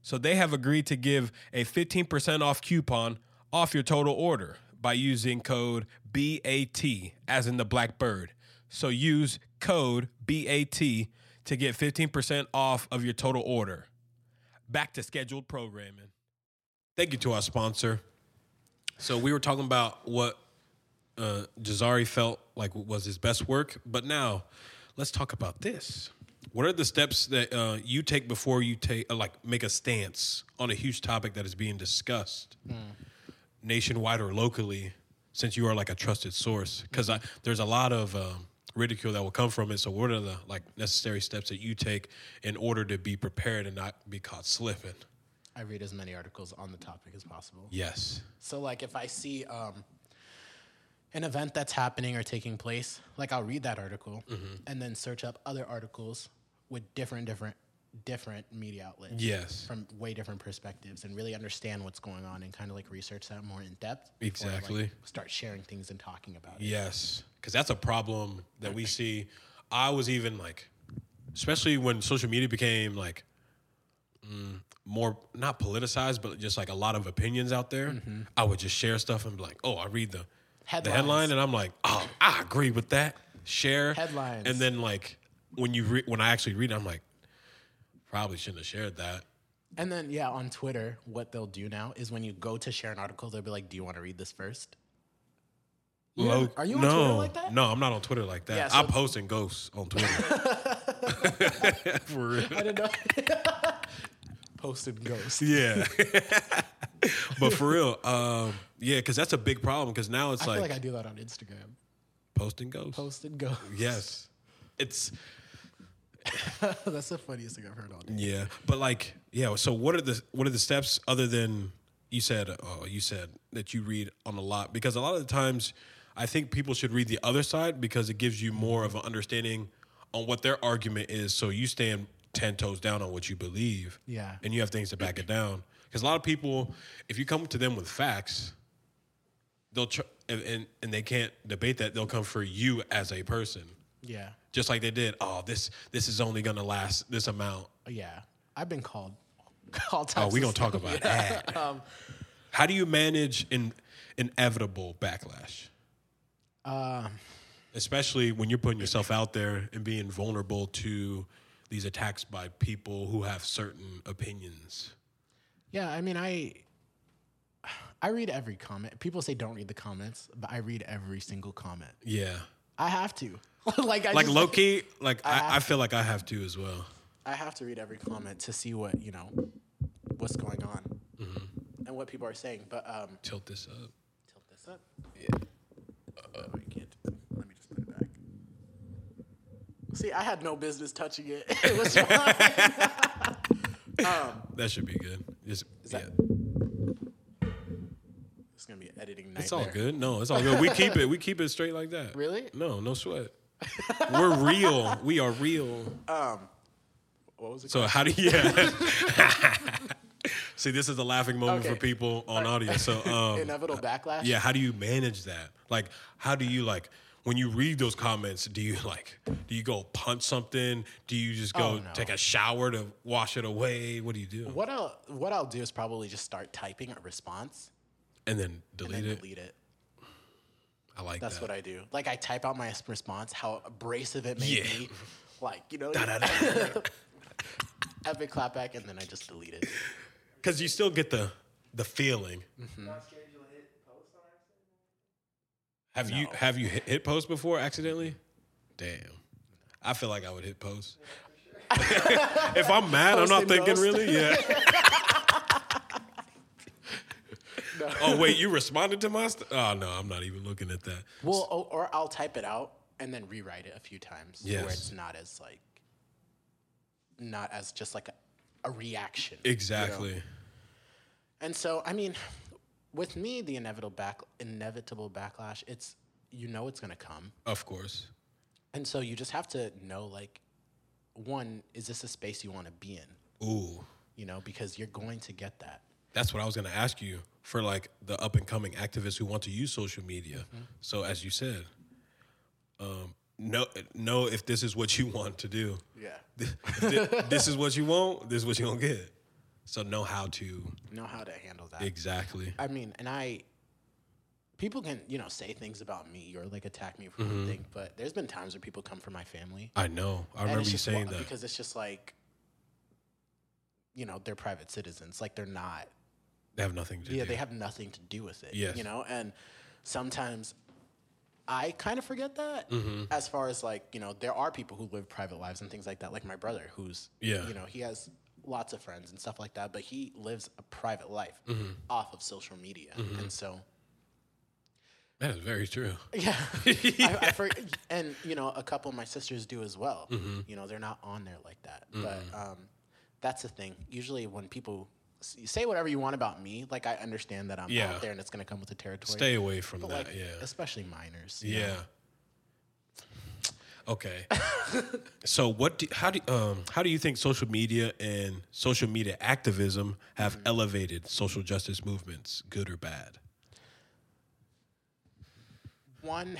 S1: So they have agreed to give a 15% off coupon off your total order by using code BAT, as in the Blackbird. So use code BAT to get 15% off of your total order. Back to scheduled programming. Thank you to our sponsor. So we were talking about what uh, Jazari felt like was his best work, but now let's talk about this. What are the steps that uh, you take before you take uh, like make a stance on a huge topic that is being discussed nationwide or locally? Since you are like a trusted source, because there's a lot of um, ridicule that will come from it. So what are the like necessary steps that you take in order to be prepared and not be caught slipping?
S2: I read as many articles on the topic as possible.
S1: Yes.
S2: So like if I see um, an event that's happening or taking place, like I'll read that article
S1: Mm-hmm.
S2: and then search up other articles with different different different media outlets
S1: Yes.
S2: from way different perspectives and really understand what's going on and kind of like research that more in depth. before I, like,
S1: Exactly.
S2: start sharing things and talking about it.
S1: Yes, because that's a problem that we see. I was even like, especially when social media became like mm, more not politicized, but just like a lot of opinions out there. I would just share stuff and be like, "Oh, I read the the
S2: Mm-hmm. Headlines.
S1: headline," and I'm like, "Oh, I agree with that." Share
S2: Headlines.
S1: and then like when you re- when I actually read, it, I'm like, probably shouldn't have shared that.
S2: And then yeah, on Twitter, what they'll do now is when you go to share an article, they'll be like, "Do you want to read this first?
S1: Low-
S2: are you on
S1: no,
S2: Twitter like that?
S1: No, I'm not on Twitter like that.
S2: Yeah, so-
S1: I'm posting ghosts on Twitter. For real.
S2: I didn't know. Posted ghost.
S1: Yeah. but for real, um, yeah, because that's a big problem. Because now it's
S2: I feel
S1: like,
S2: like I do that on Instagram.
S1: posting ghosts.
S2: Posted ghost.
S1: yes, it's
S2: That's the funniest thing I've heard all day.
S1: yeah. But like yeah. So what are the what are the steps other than you said? Oh, you said that you read on a lot because a lot of the times I think people should read the other side because it gives you more of an understanding on what their argument is. So you stand ten toes down on what you believe.
S2: Yeah.
S1: and you have things to back it down. Because a lot of people, if you come to them with facts, they'll tr- and, and and they can't debate that. They'll come for you as a person.
S2: Yeah.
S1: Just like they did, oh, this this is only gonna last this amount.
S2: Uh, Yeah. I've been called all types.
S1: Oh, we gonna
S2: of stuff.
S1: talk about that. How do you manage in, inevitable backlash?
S2: Uh,
S1: especially when you're putting yourself out there and being vulnerable to these attacks by people who have certain opinions.
S2: yeah. I mean, I I read every comment. People say don't read the comments, but I read every single comment.
S1: Yeah.
S2: I have to. like I
S1: Like
S2: just,
S1: low key, like I, I feel like I have to as well.
S2: I have to read every comment to see what you know, what's going on,
S1: Mm-hmm.
S2: and what people are saying. But um,
S1: Tilt this up.
S2: tilt this up. Yeah. Oh, I can't. Let me just put it back. See, I had no business touching it. It was mine.
S1: That should be good. Just, yeah.
S2: that- it's gonna be an editing nightmare.
S1: It's all good. No, it's all good. We keep it. We keep it straight like that.
S2: Really?
S1: No, no sweat. We're real. We are real.
S2: Um, What was it?
S1: So how do you? Yeah. See, this is a laughing moment for
S2: Okay.
S1: people on audio. So um,
S2: Inevitable backlash.
S1: Yeah, how do you manage that? Like, how do you like when you read those comments? Do you like do you go punch something? Do you just go
S2: Oh, no.
S1: take a shower to wash it away? What do you do?
S2: What I'll what I'll do is probably just start typing a response
S1: And then delete
S2: and
S1: it.
S2: delete it.
S1: I like
S2: That's
S1: that.
S2: what I do. Like I type out my response, how abrasive it may
S1: Yeah.
S2: be. Like you know, epic clapback, and then I just delete it.
S1: Because you still get the the feeling.
S2: Mm-hmm.
S3: Not scared you'll hit post on accident?
S1: Have you have you hit, hit post before accidentally? Damn. I feel like I would hit post. if I'm mad, I'm not
S2: Post and
S1: thinking
S2: boast.
S1: really. Yeah.
S2: No.
S1: oh wait, you responded to my. St- oh no, I'm not even looking at that.
S2: Well, o- or I'll type it out and then rewrite it a few times
S1: Yes.
S2: where it's not as like, not as just like a, a reaction.
S1: Exactly.
S2: And so, I mean, with me, the inevitable back inevitable backlash. It's you know it's gonna come,
S1: Of course.
S2: and so you just have to know like, one is this a space you want to be in?
S1: Ooh.
S2: You know, because you're going to get that.
S1: That's what I was going to ask you for like the up and coming activists who want to use social media.
S2: Mm-hmm.
S1: So as you said, um, know know if this is what you want to do.
S2: Yeah.
S1: If thi- this is what you want. This is what you gonna get. So know how to
S2: Know how to handle that.
S1: exactly.
S2: I mean, and I people can, you know, say things about me or like attack me for one
S1: Mm-hmm.
S2: thing, but there's been times where people come for my family.
S1: I know. I
S2: and
S1: remember
S2: it's
S1: you
S2: just wa-
S1: saying that.
S2: because it's just like you know, they're private citizens. Like they're not
S1: They have nothing to
S2: yeah,
S1: do.
S2: they have nothing to do with it.
S1: Yes.
S2: You know, and sometimes I kind of forget that
S1: Mm-hmm.
S2: as far as like, you know, there are people who live private lives and things like that, like my brother who's
S1: Yeah.
S2: you know, he has lots of friends and stuff like that, but he lives a private life
S1: Mm-hmm.
S2: off of social media. And so
S1: that is very true.
S2: yeah. I, I for, and, you know, a couple of my sisters do as well.
S1: Mm-hmm.
S2: You know, they're not on there like that. But um, that's the thing. Usually, when people s- say whatever you want about me, like, I understand that I'm
S1: Yeah.
S2: out there and it's going to come with the territory.
S1: Stay away from
S2: but,
S1: that.
S2: like,
S1: yeah.
S2: especially minors. you know?
S1: Yeah. Okay. so what do how do um how do you think social media and social media activism have elevated social justice movements, good or bad?
S2: One,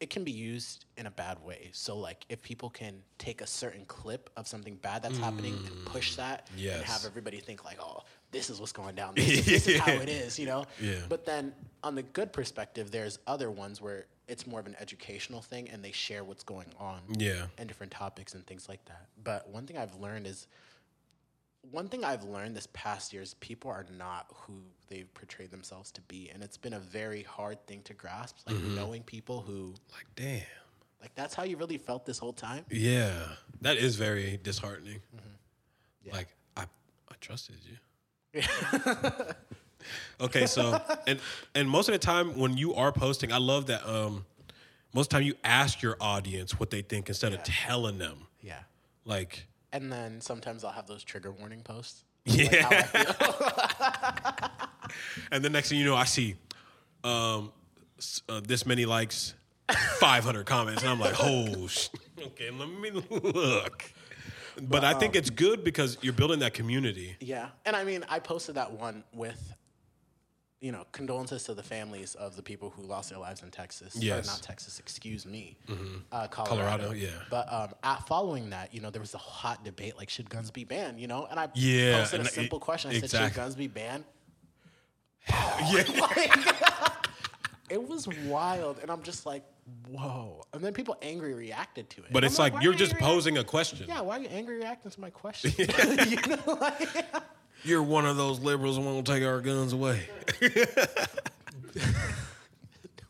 S2: it can be used in a bad way. So, like, if people can take a certain clip of something bad that's happening and push that
S1: Mm, yes.
S2: and have everybody think, like, oh, this is what's going down. This, is- this is how it is, you know?
S1: Yeah.
S2: But then on the good perspective, there's other ones where it's more of an educational thing and they share what's going on
S1: Yeah.
S2: and different topics and things like that. But one thing I've learned is one thing I've learned this past year is people are not who they've portrayed themselves to be. And it's been a very hard thing to grasp, like knowing people who,
S1: Like damn.
S2: like, that's how you really felt this whole time.
S1: Yeah. That is very disheartening. Like I I trusted you. okay, so and and most of the time when you are posting, I love that um most of the time you ask your audience what they think instead of telling them.
S2: Yeah.
S1: Like
S2: And then sometimes I'll have those trigger warning posts.
S1: Yeah. and the next thing you know, I see um, s- uh, this many likes, 500 comments, and I'm like, oh, sh- okay, let me look. But, I think it's good because you're building that community.
S2: Yeah. And I mean, I posted that one with, you know, condolences to the families of the people who lost their lives in Texas.
S1: Yes. Mm-hmm.
S2: Or not Texas, excuse me. Uh,
S1: Colorado,
S2: Colorado.
S1: yeah.
S2: But um, at following that, you know, there was a hot debate like, should guns be banned? You know, and I
S1: Yeah,
S2: posted a
S1: and it-
S2: simple question. I said, should
S1: exactly.
S2: guns be banned?
S1: Yeah.
S2: It was wild. And I'm just like, whoa. And then people angry reacted to it.
S1: But
S2: I'm
S1: it's like
S2: why
S1: you're
S2: are
S1: just
S2: you react-
S1: posing a question.
S2: Yeah, why are you angry reacting to my question? you know, like,
S1: You're one of those liberals who won't take our guns away.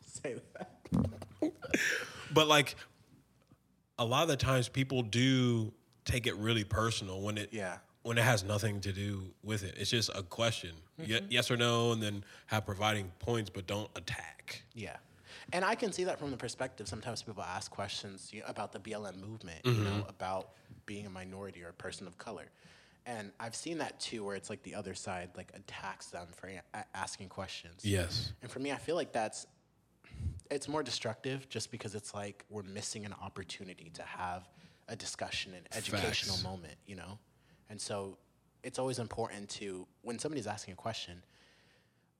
S2: say that.
S1: But like a lot of the times people do take it really personal when it
S2: Yeah.
S1: when it has nothing to do with it. It's just a question. Ye- yes or no and then have providing points but don't attack.
S2: Yeah. And I can see that from the perspective. Sometimes people ask questions you know, about the BLM movement, you know, about being a minority or a person of color. And I've seen that too, where it's like the other side like attacks them for a- a- asking questions.
S1: Yes.
S2: And for me, I feel like that's it's more destructive just because it's like we're missing an opportunity to have a discussion an educational
S1: Facts.
S2: moment, you know? And so it's always important to when somebody's asking a question,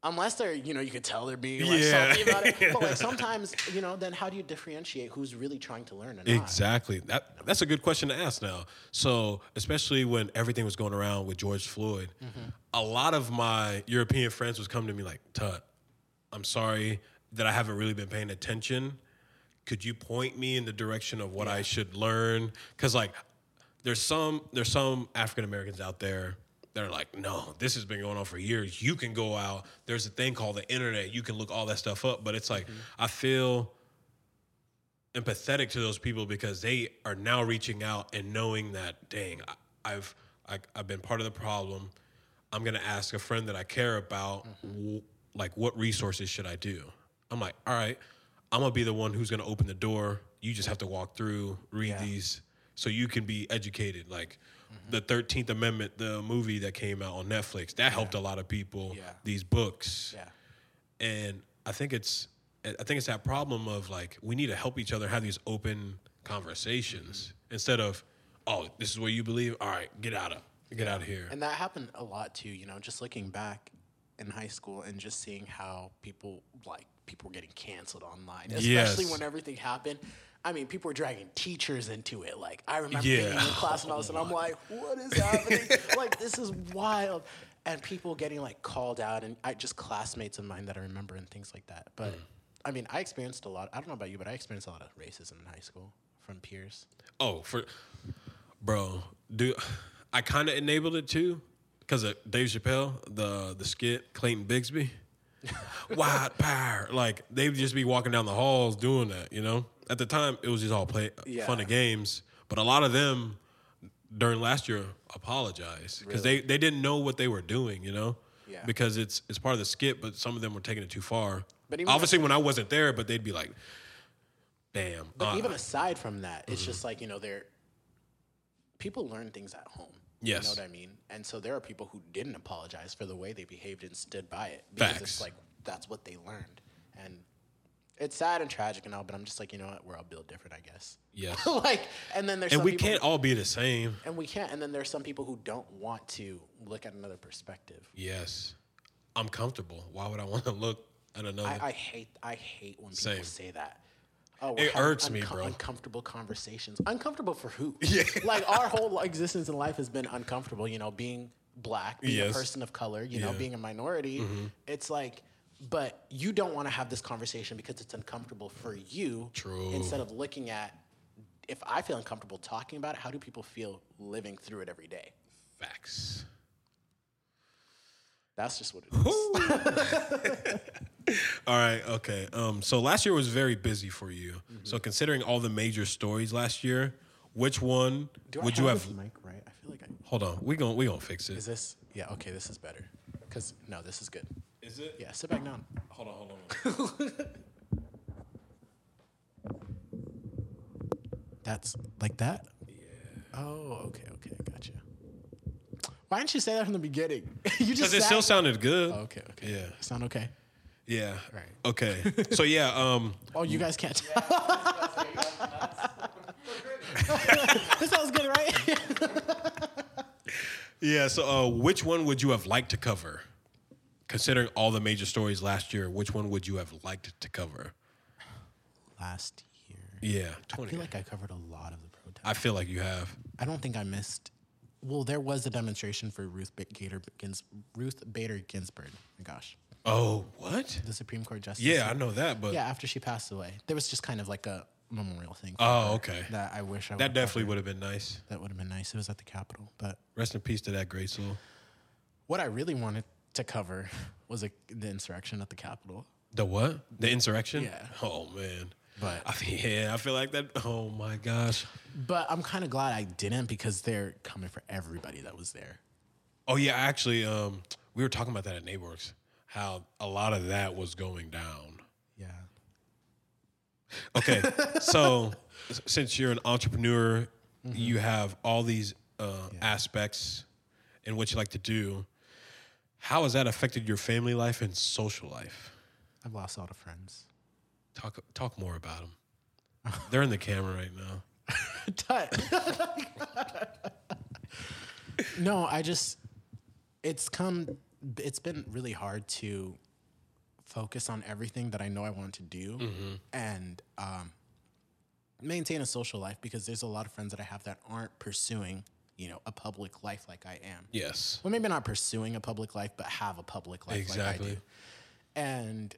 S2: unless they're, you know, you could tell they're being like
S1: Yeah.
S2: salty about it. But like sometimes, you know, then how do you differentiate who's really trying to learn and not?
S1: Exactly. That that's a good question to ask now. So, especially when everything was going around with George Floyd, a lot of my European friends was coming to me like, "Tut, I'm sorry that I haven't really been paying attention. Could you point me in the direction of what I should learn?" Cuz like there's some there's some African Americans out there that are like, "No, this has been going on for years. You can go out. There's a thing called the internet. You can look all that stuff up." But it's like I feel empathetic to those people because they are now reaching out and knowing that dang I, i've I, i've been part of the problem i'm going to ask a friend that i care about
S2: Mm-hmm.
S1: w- like what resources should i do i'm like all right i'm going to be the one who's going to open the door you just have to walk through read these so you can be educated like
S2: Mm-hmm.
S1: the 13th amendment the movie that came out on netflix that helped a lot of people
S2: Yeah.
S1: these books
S2: Yeah.
S1: and I think it's I think it's that problem of like we need to help each other have these open conversations instead of oh this is what you believe all right get out of get out of here
S2: And that happened a lot too, you know, just looking back in high school and just seeing how people like people were getting canceled online, especially
S1: Yes.
S2: when everything happened. I mean, people were dragging teachers into it. Like I remember
S1: Yeah.
S2: being in class and all this, and I'm like, what is happening? like this is wild. And people getting like called out, and I just classmates of mine that I remember and things like that. But
S1: Mm.
S2: I mean, I experienced a lot. I don't know about you, but I experienced a lot of racism in high school from peers.
S1: oh for bro dude I kind of enabled it too because of Dave Chappelle the the skit Clayton Bigsby wide power like they'd just be walking down the halls doing that you know at the time it was just all play
S2: Yeah.
S1: fun and games but a lot of them during last year apologized because they, they didn't know what they were doing, you know?
S2: Yeah.
S1: Because it's it's part of the skit, but some of them were taking it too far.
S2: But even-
S1: Obviously, when I wasn't there, but they'd be like, damn.
S2: But
S1: uh, mm-hmm.
S2: even aside from that, it's just like, you know, they're people learn things at home. You
S1: Yes.
S2: know what I mean? And so there are people who didn't apologize for the way they behaved and stood by it. Because
S1: Facts.
S2: it's like that's what they learned. And it's sad and tragic and all, but I'm just like, you know what, we're all built different, I guess.
S1: yes.
S2: like and then there's
S1: and
S2: some
S1: we
S2: people,
S1: can't all be the same.
S2: and we can't and then there's some people who don't want to look at another perspective.
S1: Yes. I'm comfortable. Why would I want to look at another?
S2: I, I hate I hate when people
S1: Same.
S2: say that. Oh, we're
S1: It
S2: having
S1: irks me, bro.
S2: Uncomfortable conversations. Uncomfortable for who? Yeah. like our whole existence in life has been uncomfortable. You know, being black, being
S1: Yes.
S2: a person of color, you know,
S1: Yeah. Mm-hmm.
S2: being a minority. It's like, but you don't want to have this conversation because it's uncomfortable for you.
S1: True.
S2: Instead of looking at, if I feel uncomfortable talking about it, how do people feel living through it every day?
S1: Facts.
S2: That's just what it is.
S1: All right, okay. Um, so last year was very busy for you.
S2: Mm-hmm.
S1: So considering all the major stories last year, which one
S2: Do
S1: would
S2: I
S1: you have?
S2: this mic right? I feel like I
S1: Hold on, we gon' we gonna fix it.
S2: is this. Yeah. Okay. This is better. Cause no, this is good.
S1: Is it?
S2: Yeah, sit back down.
S1: Hold on, hold on.
S2: That's like that? Yeah. Oh, okay, okay, gotcha. Why didn't you say that from the beginning? you just
S1: Because it still
S2: sound-
S1: sounded good.
S2: okay, okay.
S1: Yeah.
S2: Sound okay.
S1: Yeah.
S2: Oh. Right.
S1: Okay. so yeah. Um.
S2: Oh, you guys can't. this sounds good, right?
S1: Yeah. So uh, which one would you have liked to cover? Considering all the major stories last year, which one would you have liked to cover?
S2: last year.
S1: Yeah,
S2: I
S1: 20.
S2: feel like I covered a lot of the protests.
S1: I feel like you have.
S2: I don't think I missed. Well, there was a demonstration for Ruth B- Gator Gins, Ruth Bader Ginsburg. My gosh,
S1: Oh, what?
S2: the Supreme Court justice.
S1: Yeah, I know that, but
S2: Yeah, after she passed away, there was just kind of like a memorial thing. for
S1: Oh,
S2: her
S1: okay.
S2: That I wish I
S1: that
S2: would've
S1: definitely
S2: covered.
S1: would have been nice.
S2: that would have been nice. It was at the Capitol, but
S1: Rest in peace to that great soul.
S2: what I really wanted to cover was like the insurrection at the Capitol.
S1: The what? The insurrection?
S2: Yeah.
S1: Oh man.
S2: But-
S1: I feel, yeah, I feel like that. Oh my gosh.
S2: But I'm kind of glad I didn't because they're coming for everybody that was there.
S1: Oh yeah, actually, um, we were talking about that at NeighborWorks. How a lot of that was going down.
S2: Yeah.
S1: Okay, so s- since you're an entrepreneur,
S2: Mm-hmm.
S1: you have all these uh, aspects in what you like to do. How has that affected your family life and social life?
S2: I've lost a lot of friends.
S1: Talk talk more about them. They're in the camera right now.
S2: Tut. no, I just it's come it's been really hard to focus on everything that I know I want to do and um, maintain a social life because there's a lot of friends that I have that aren't pursuing, you know, a public life like I am.
S1: Yes.
S2: Well, maybe not pursuing a public life, but have a public life
S1: Exactly.
S2: like I do. And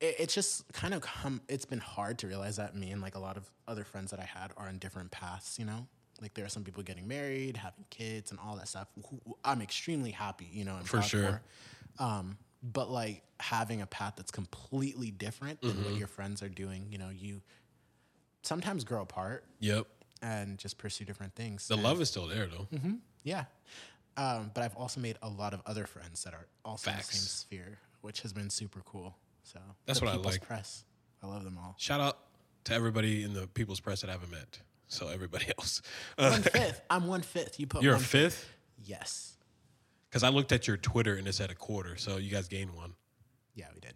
S2: it, it's just kind of come, it's been hard to realize that me and like a lot of other friends that I had are on different paths, you know? Like there are some people getting married, having kids, and all that stuff. who- who I'm extremely happy, you know, and
S1: For
S2: proud
S1: sure.
S2: Um, but like having a path that's completely different than
S1: Mm-hmm.
S2: what your friends are doing, you know, you sometimes grow apart
S1: Yep.
S2: and just pursue different things.
S1: The
S2: And-
S1: love is still there though.
S2: Mm-hmm. yeah. Um, but I've also made a lot of other friends that are also in the
S1: Facts.
S2: same sphere, which has been super cool. So
S1: That's
S2: the
S1: what I
S2: People's
S1: like.
S2: Press. I love them all.
S1: Shout out to everybody in the People's Press that I haven't met. So everybody else. Uh,
S2: One fifth. I'm one fifth. You put
S1: You're a
S2: one
S1: fifth?
S2: Yes.
S1: Because I looked at your Twitter and it said a quarter. So you guys gained one.
S2: Yeah, we did.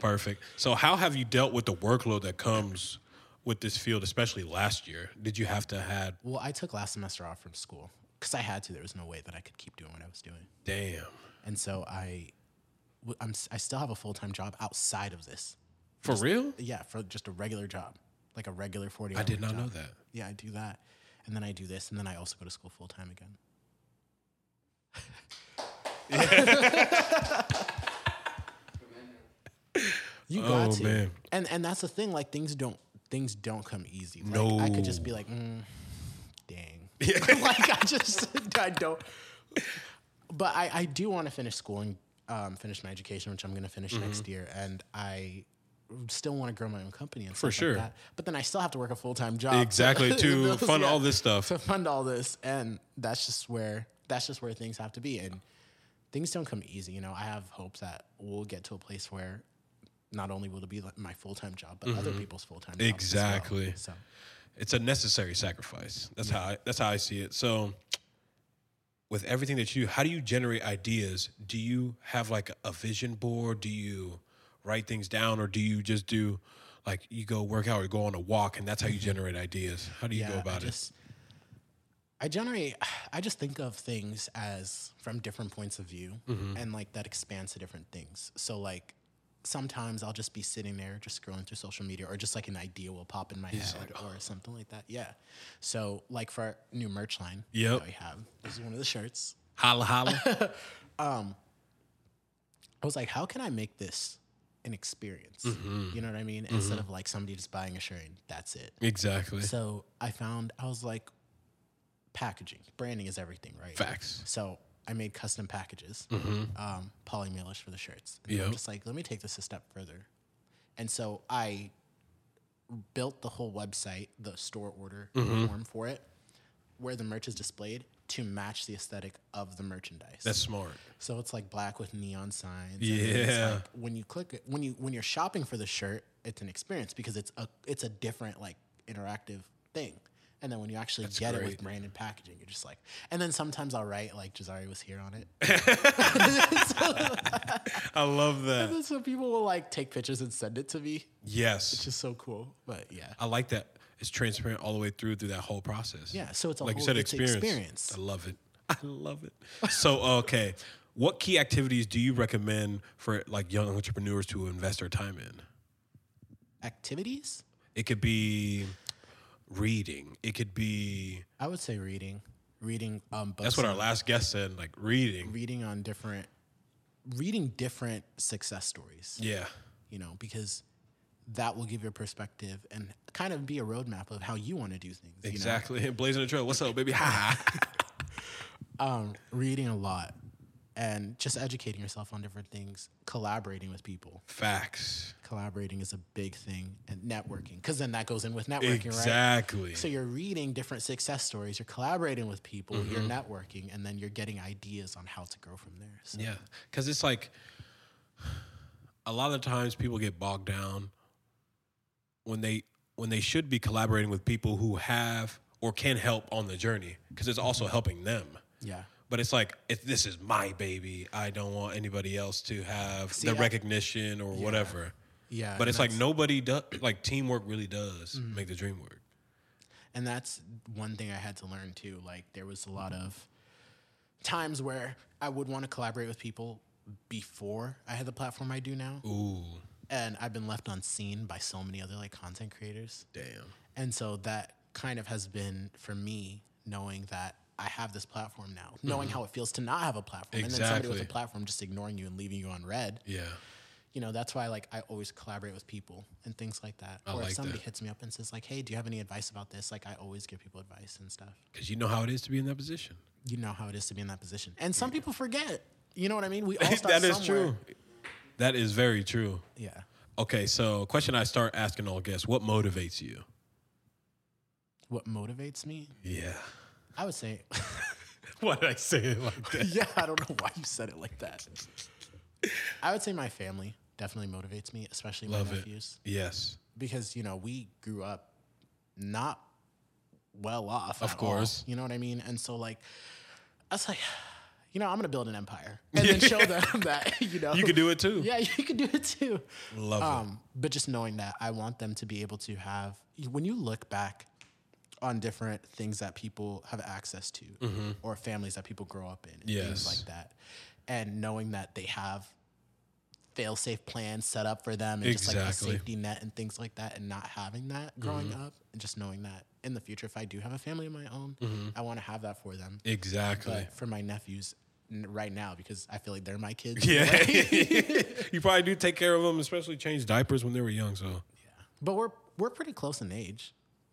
S1: Perfect. So how have you dealt with the workload that comes with this field, especially last year? Did you have to had
S2: Well, I took last semester off from school because I had to. There was no way that I could keep doing what I was doing,
S1: damn.
S2: and so I, w- I'm, s- I still have a full time job outside of this.
S1: For real?
S2: Yeah, for just a regular job, like a regular forty.
S1: I did not know that.
S2: Yeah, I do that, and then I do this, and then I also go to school full time again. You got
S1: Oh,
S2: to.
S1: man.
S2: And and that's the thing. Like things don't things don't come easy. Like, I could just be
S1: No.
S2: like, mm, dang. like I just I don't. But I I do want to finish school and um, finish my education, which I'm going to finish
S1: Mm-hmm.
S2: next year, and I still want to grow my own company and
S1: For
S2: stuff
S1: sure.
S2: Like that. But then I still have to work a full time job
S1: Exactly, to
S2: Those-
S1: fund all this stuff.
S2: to fund all this, and that's just where that's just where things have to be and things don't come easy. You know, I have hopes that we'll get to a place where not only will it be like my full time job, but other people's full time jobs. as well.
S1: Mm-hmm. Exactly.
S2: So
S1: It's a necessary sacrifice. That's how I, that's how I see it. So with everything that you do, how do you generate ideas? Do you have like a vision board? Do you write things down or do you just do like you go work out or go on a walk and that's how you generate ideas? How do you go
S2: Mm-hmm. yeah, I
S1: about it?
S2: just I generally I just think of things as from different points of view
S1: Mm-hmm.
S2: and like that expands to different things. So like sometimes I'll just be sitting there just scrolling through social media or just like an idea will pop in my head or something like that. Yeah. So like for our new merch line
S1: Yep.
S2: that we have. This is one of the shirts.
S1: Holla holla.
S2: I was like, how can I make this an experience?
S1: Mm-hmm.
S2: You know what I mean? Instead of like somebody just buying a shirt and that's it.
S1: Exactly.
S2: So I found I was like, packaging, branding is everything, right?
S1: Facts. Mm-hmm.
S2: So I made custom packages, um, Polly Mailish for the shirts. And
S1: Yep.
S2: I'm just like, let me take this a step further. And so I built the whole website, the store order
S1: Mm-hmm.
S2: form for it, where the merch is displayed to match the aesthetic of the merchandise.
S1: That's smart.
S2: So it's like black with neon signs. and then it's
S1: Yeah.
S2: like when you click it, when you when you're shopping for the shirt, it's an experience because it's a it's a different like interactive thing. And then when you actually get it
S1: great.
S2: with branded packaging, you're just like. And then sometimes I'll write like Jazari was here on it. so,
S1: I love that.
S2: so people will like take pictures and send it to me, which
S1: Yes.
S2: is so cool. But yeah,
S1: I like that. It's transparent all the way through through that whole process.
S2: yeah. So it's a
S1: Like
S2: whole,
S1: you said,
S2: it's
S1: experience.
S2: experience.
S1: I love it. I love it. So okay, What key activities do you recommend for like young entrepreneurs to invest their time in?
S2: Activities?
S1: It could be reading. It could be
S2: I would say reading. Reading um books.
S1: that's what our
S2: on-
S1: last guest said, like reading.
S2: reading on different reading different success stories.
S1: Yeah.
S2: you know, because that will give your perspective and kind of be a roadmap of how you want to do things. you know?
S1: Exactly. Blazing the trail. What's up, baby? Ha.
S2: Um, reading a lot and just educating yourself on different things, collaborating with people.
S1: Facts.
S2: Collaborating is a big thing and networking, because then that goes in with networking, right?
S1: Exactly.
S2: So you're reading different success stories, you're collaborating with people, you're
S1: Mm-hmm.
S2: networking, and then you're getting ideas on how to grow from there. So
S1: Yeah, because it's like a lot of times people get bogged down when they when they should be collaborating with people who have or can help on the journey because it's also helping them.
S2: yeah.
S1: But it's like if this is my baby, I don't want anybody else to have
S2: See,
S1: the
S2: I-
S1: recognition or whatever.
S2: Yeah,
S1: But
S2: and
S1: it's like
S2: that's-
S1: nobody does like teamwork really does
S2: Mm-hmm.
S1: make the dream work.
S2: And that's one thing I had to learn too. Like there was a lot of times where I would want to collaborate with people before I had the platform I do now.
S1: Ooh,
S2: And I've been left unseen by so many other like content creators.
S1: damn.
S2: And so that kind of has been for me knowing that I have this platform now, knowing how it feels to not have a platform. And then somebody with a
S1: Exactly.
S2: platform just ignoring you and leaving you on red
S1: Yeah.
S2: you know that's why like i always collaborate with people and things like that or
S1: like
S2: if somebody
S1: that.
S2: hits me up and says like hey do you have any advice about this like i always give people advice and stuff
S1: Because you know how it is to be in that position.
S2: you know how it is to be in that position and some people forget you know what i mean we all start
S1: that is
S2: somewhere.
S1: true. That is very true.
S2: yeah
S1: Okay, so question I start asking all guests: What motivates you?
S2: what motivates me
S1: Yeah.
S2: i would say
S1: Why did I say it like that?
S2: yeah i don't know why you said it like that i would say my family definitely motivates me especially
S1: Love
S2: my
S1: it.
S2: nephews
S1: Yes,
S2: because you know we grew up not well off
S1: Of
S2: at all,
S1: course.
S2: you know what i mean and so like i was like you know i'm gonna build an empire and then show them that you know
S1: you can do it too.
S2: yeah you can do it too
S1: Love it.
S2: um but just knowing that i want them to be able to have when you look back on different things that people have access to or families that people grow up in and
S1: Mm-hmm. Yes.
S2: things like that and knowing that they have fail-safe plans set up for them and just like a
S1: Exactly. Mm-hmm.
S2: safety net and things like that and not having that growing up and just knowing that in the future if i do have a family of my own i want to have that for them
S1: Mm-hmm. Exactly.
S2: but for my nephews n- right now because i feel like they're my kids
S1: yeah. you probably do take care of them, especially change diapers when they were young. So
S2: but we're we're pretty close in age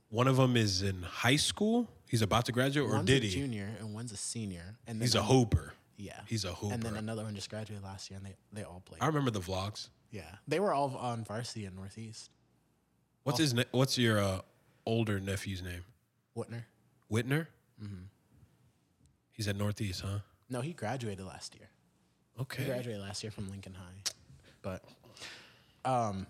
S1: one of them is in high school. He's about to graduate, or
S2: one's
S1: did
S2: a
S1: he?
S2: junior and one's a senior. And then
S1: He's a hooper.
S2: yeah.
S1: He's a hooper.
S2: and then another one just graduated last year, and they they all played.
S1: I remember the vlogs.
S2: yeah, they were all on varsity in Northeast.
S1: What's
S2: Oh.
S1: his? Ne- what's your uh, older nephew's name?
S2: Whitner.
S1: Whitner.
S2: Mm-hmm.
S1: He's at Northeast, huh?
S2: No, he graduated last year. He
S1: Okay.
S2: graduated last year from Lincoln High, but um,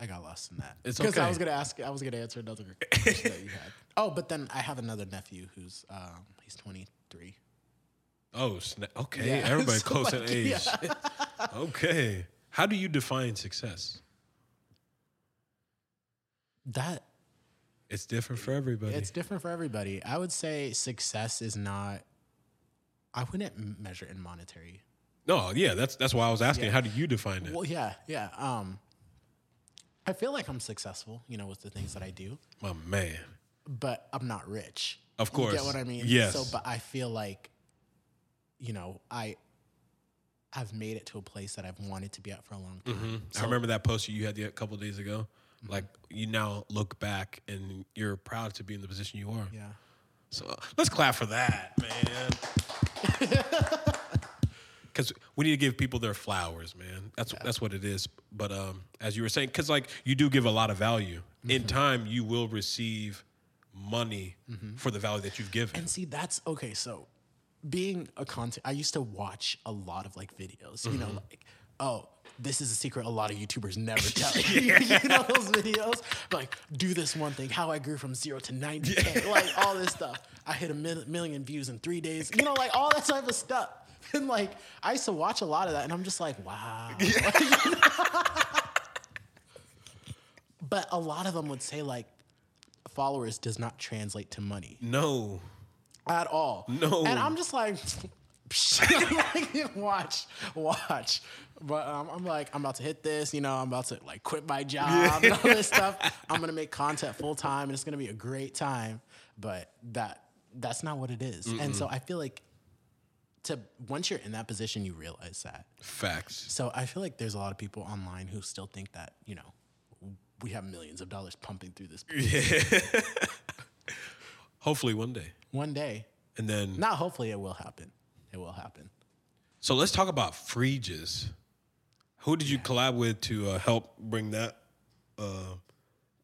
S2: I got lost in that.
S1: It's
S2: because
S1: okay.
S2: I was gonna ask. I was gonna answer another question that you had. Oh, but then I have another nephew who's um, he's twenty three.
S1: Oh, snap. okay.
S2: Yeah.
S1: Everybody
S2: So,
S1: close in
S2: like,
S1: age. okay. How do you define success?
S2: That
S1: It's different for everybody.
S2: It's different for everybody. I would say success is not. I wouldn't m- measure in monetary.
S1: no, yeah, that's that's why I was asking. How do you define it?
S2: Well, yeah, yeah. Um, I feel like I'm successful, you know, with the things that I do,
S1: My man.
S2: but I'm not rich.
S1: Of
S2: You
S1: course.
S2: get what I mean?
S1: Yes.
S2: So, but I feel like, you know, I have made it to a place that I've wanted to be at for a long time.
S1: I remember that post you had the, a couple of days ago.
S2: Mm-hmm.
S1: Like you now look back and you're proud to be in the position you are.
S2: Yeah.
S1: So uh, let's clap for that, man. Because we need to give people their flowers, man. That's that's what it is. But um, as you were saying, because like you do give a lot of value.
S2: Mm-hmm.
S1: In time, you will receive money for the value that you've given.
S2: Mm-hmm. And see, that's okay. So, being a content, I used to watch a lot of like videos, you know, like, oh, this is a secret a lot of YouTubers never tell. you know, those videos, like, do this one thing, how I grew from zero to 90K, like all this stuff. I hit a mil- million views in three days, you know, like all that type of stuff. And like, I used to watch a lot of that, and I'm just like, wow. but a lot of them would say, like, followers does not translate to money
S1: no,
S2: at all.
S1: No.
S2: And I'm just like, like, watch, watch. But um, I'm like, I'm about to hit this, you know, I'm about to like quit my job and all this stuff. I'm gonna make content full time and it's gonna be a great time. But that that's not what it is. And so I feel like to once you're in that position, you realize that.
S1: Facts.
S2: So I feel like there's a lot of people online who still think that, you know, we have millions of dollars pumping through this
S1: Hopefully one day.
S2: one day.
S1: And then
S2: Not hopefully it will happen. It will happen.
S1: So let's talk about Freeges. Who did you collab with to uh, help bring that uh,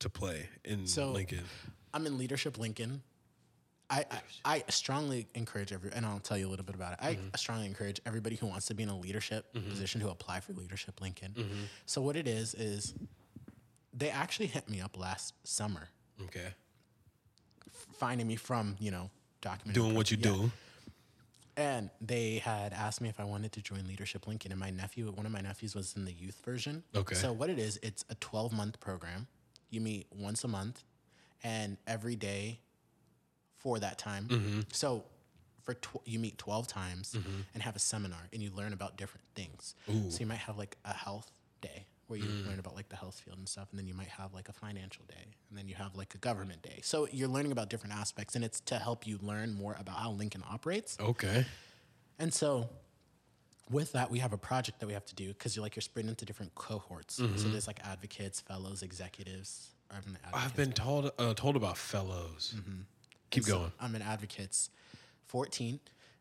S1: to play in
S2: So-
S1: Lincoln?
S2: I'm in Leadership Lincoln. I, I, I strongly encourage every, and I'll tell you a little bit about it. I
S1: Mm-hmm.
S2: strongly encourage everybody who wants to be in a leadership position to apply for Leadership Lincoln.
S1: Mm-hmm.
S2: So, what it is, is they actually hit me up last summer,
S1: Okay,
S2: finding me from, you know, documentary.
S1: doing what you do.
S2: And they had asked me if I wanted to join Leadership Lincoln. And my nephew, one of my nephews, was in the youth version.
S1: Okay.
S2: So what it is, it's a 12 month program. You meet once a month, and every day for that time. So for tw- you meet 12 times and have a seminar, and you learn about different things. So you might have like a health day where you learn about like the health field and stuff, and then you might have like a financial day, and then you have like a government day. So you're learning about different aspects, and it's to help you learn more about how Lincoln operates.
S1: Okay,
S2: And so with that, we have a project that we have to do because you're like you're split into different cohorts. So there's like advocates, fellows, executives. Or I'm an advocate.
S1: I've been told uh, told about fellows. Keep going.
S2: I'm an advocates 14,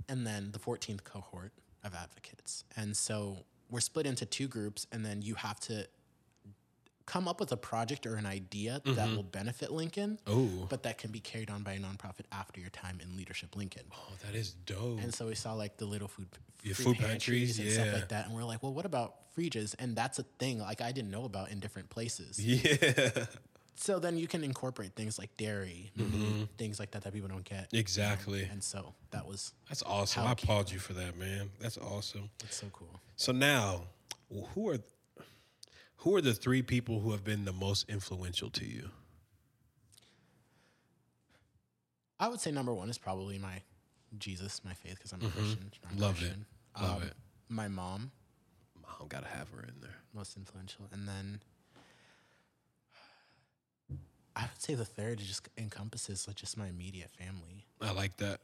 S2: and then the 14th cohort of advocates. And so we're split into two groups, and then you have to come up with a project or an idea that will benefit Lincoln,
S1: Ooh.
S2: but that can be carried on by a nonprofit after your time in leadership Lincoln.
S1: Oh, that is dope.
S2: And so we saw like the little food,
S1: Yeah,
S2: free
S1: food pantries,
S2: and
S1: yeah.
S2: stuff like that. And we're like, well, what about fridges? And that's a thing like I didn't know about in different places.
S1: yeah,
S2: So then you can incorporate things like dairy, maybe
S1: Mm-hmm.
S2: things like that that people don't get.
S1: exactly.
S2: And so that was
S1: That's awesome. I applaud you for that, man. That's awesome.
S2: it's so cool.
S1: So now, who are who are the three people who have been the most influential to you?
S2: I would say number one is probably my Jesus, my faith, because I'm a Christian. strong
S1: Mm-hmm. Love it.
S2: Christian. Um,
S1: Love it.
S2: My mom,
S1: Mom, gotta have her in there.
S2: most influential, and then I would say the third just encompasses like just my immediate family.
S1: I like that.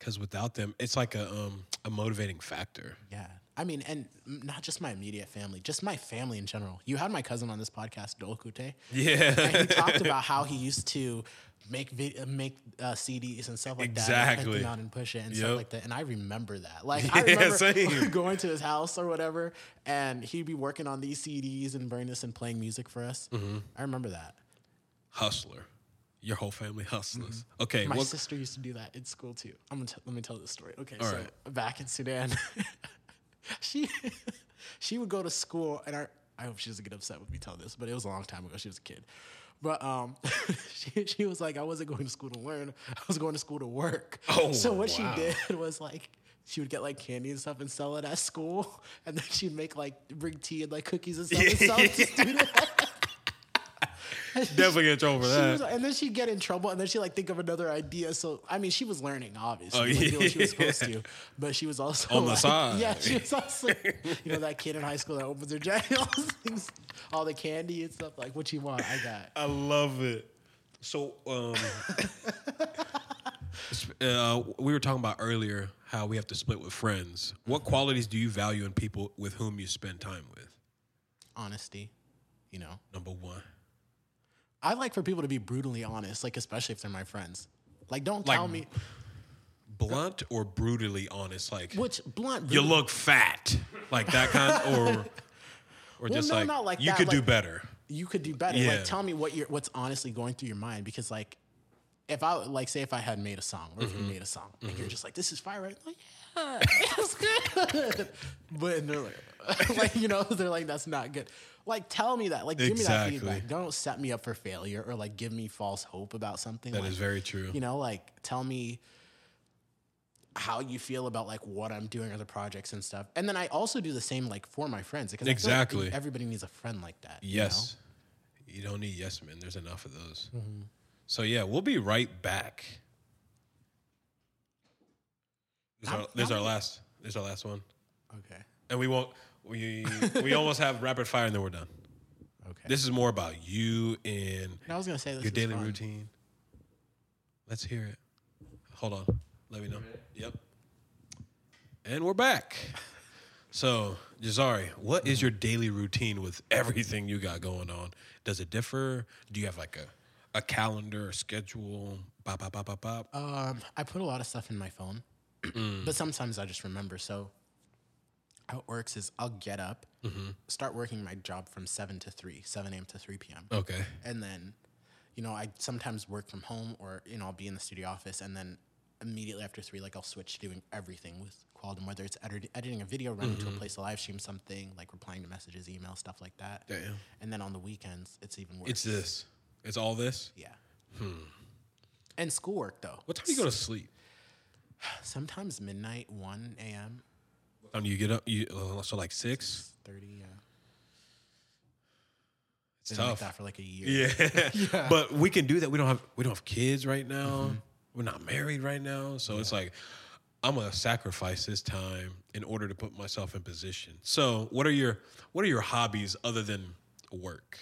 S1: Cause without them, it's like a um a motivating factor.
S2: Yeah. I mean, and m- not just my immediate family, just my family in general. You had my cousin on this podcast, Dol Kute, and
S1: Yeah.
S2: he talked about how he used to make vid- uh, make uh, CDs and stuff like that, and print
S1: Exactly.
S2: them out and push it and
S1: Yep.
S2: stuff like that. And I remember that. Like
S1: Yeah,
S2: I remember
S1: same.
S2: going to his house or whatever, and he'd be working on these CDs and burning this and playing music for us.
S1: Mm-hmm.
S2: I remember that.
S1: Hustler. Your whole family hustlers. Okay.
S2: Mm-hmm. My
S1: well,
S2: sister used to do that in school too. I'm gonna t- let me tell this story. Okay,
S1: All
S2: so
S1: right.
S2: back in Sudan, she she would go to school, and our, I hope she doesn't get upset with me telling this, but it was a long time ago. She was a kid, but um, she she was like, I wasn't going to school to learn. I was going to school to work.
S1: Oh,
S2: so what
S1: wow.
S2: she did was like. She would get like candy and stuff and sell it at school, and then she'd make like bring tea and like cookies and stuff and sell it to students.
S1: definitely get you over
S2: She was,
S1: that.
S2: and then she'd get in trouble, and then she like think of another idea. So I mean, she was learning obviously,
S1: Oh,
S2: like, doing what she was
S1: yeah.
S2: supposed to, but she was also
S1: On the
S2: like-
S1: side.
S2: Yeah, she was also you know that kid in high school that opens her jacket, all, those things, all the candy and stuff. Like, what you want? I got.
S1: I love it. So um sp- uh, we were talking about earlier how we have to split with friends. What
S2: Mm-hmm.
S1: qualities do you value in people with whom you spend time with?
S2: Honesty, you know.
S1: Number one.
S2: I like for people to be brutally honest, like especially if they're my friends. Like, don't
S1: Like-
S2: tell me
S1: Blunt or brutally honest? Like
S2: which blunt.
S1: you
S2: brutal-
S1: look fat. Like that kind or or just
S2: no,
S1: like,
S2: not like
S1: you
S2: that,
S1: could do
S2: like-
S1: better.
S2: you could do better.
S1: Yeah.
S2: Like, tell me what you're, what's honestly going through your mind because, like, if I like say if I had made a song or
S1: Mm-hmm.
S2: if you made a song and you're just like, this is fire, right? Like, yeah, it's good. but and they're like, like you know, they're like, that's not good. Like, tell me that. Like, give
S1: Exactly.
S2: me that feedback. Don't set me up for failure or like give me false hope about something.
S1: That
S2: like,
S1: is very true.
S2: you know, like tell me how you feel about like what I'm doing or the projects and stuff. And then I also do the same like for my friends because I feel like
S1: Exactly.
S2: everybody needs a friend like that. you know?
S1: yes. You don't need yes men. There's enough of those. So yeah, we'll be right back. This is our, this is our last. This is our last one,
S2: Okay.
S1: and we won't. We we almost have rapid fire, and then we're done.
S2: Okay.
S1: This is more about you and
S2: I was gonna say this
S1: your
S2: was
S1: daily
S2: fun.
S1: routine. Let's hear it. Hold on. Let me know. Yep. And we're back. So, Jazari, what is your daily routine with everything you got going on? Does it differ? Do you have like a, a calendar, a schedule? Bop, bop, bop, bop, bop.
S2: Um, I put a lot of stuff in my phone,
S1: Mm.
S2: but sometimes I just remember. So how it works is I'll get up,
S1: Mm-hmm.
S2: start working my job from seven to three, seven a.m. to three p.m.
S1: Okay.
S2: and then you know i sometimes work from home or you know i'll be in the studio office and then immediately after three like i'll switch to doing everything with qualden whether it's edit- editing a video running to
S1: Mm-hmm.
S2: a place to live stream something like replying to messages email stuff like that
S1: Damn.
S2: and then on the weekends it's even worse
S1: It's this. It's all this.
S2: yeah and schoolwork though
S1: Hmm. What time do you go to sleep?
S2: sometimes midnight 1 a.m
S1: What Time do you get up? You uh, so like six.
S2: 30 yeah
S1: It's
S2: been like
S1: tough.
S2: that for like a year
S1: Yeah. But we can do that. We don't have we don't have kids right now. We're not married right now. So it's like I'm gonna sacrifice this time in order to put myself in position. So what are your what are your hobbies other than work?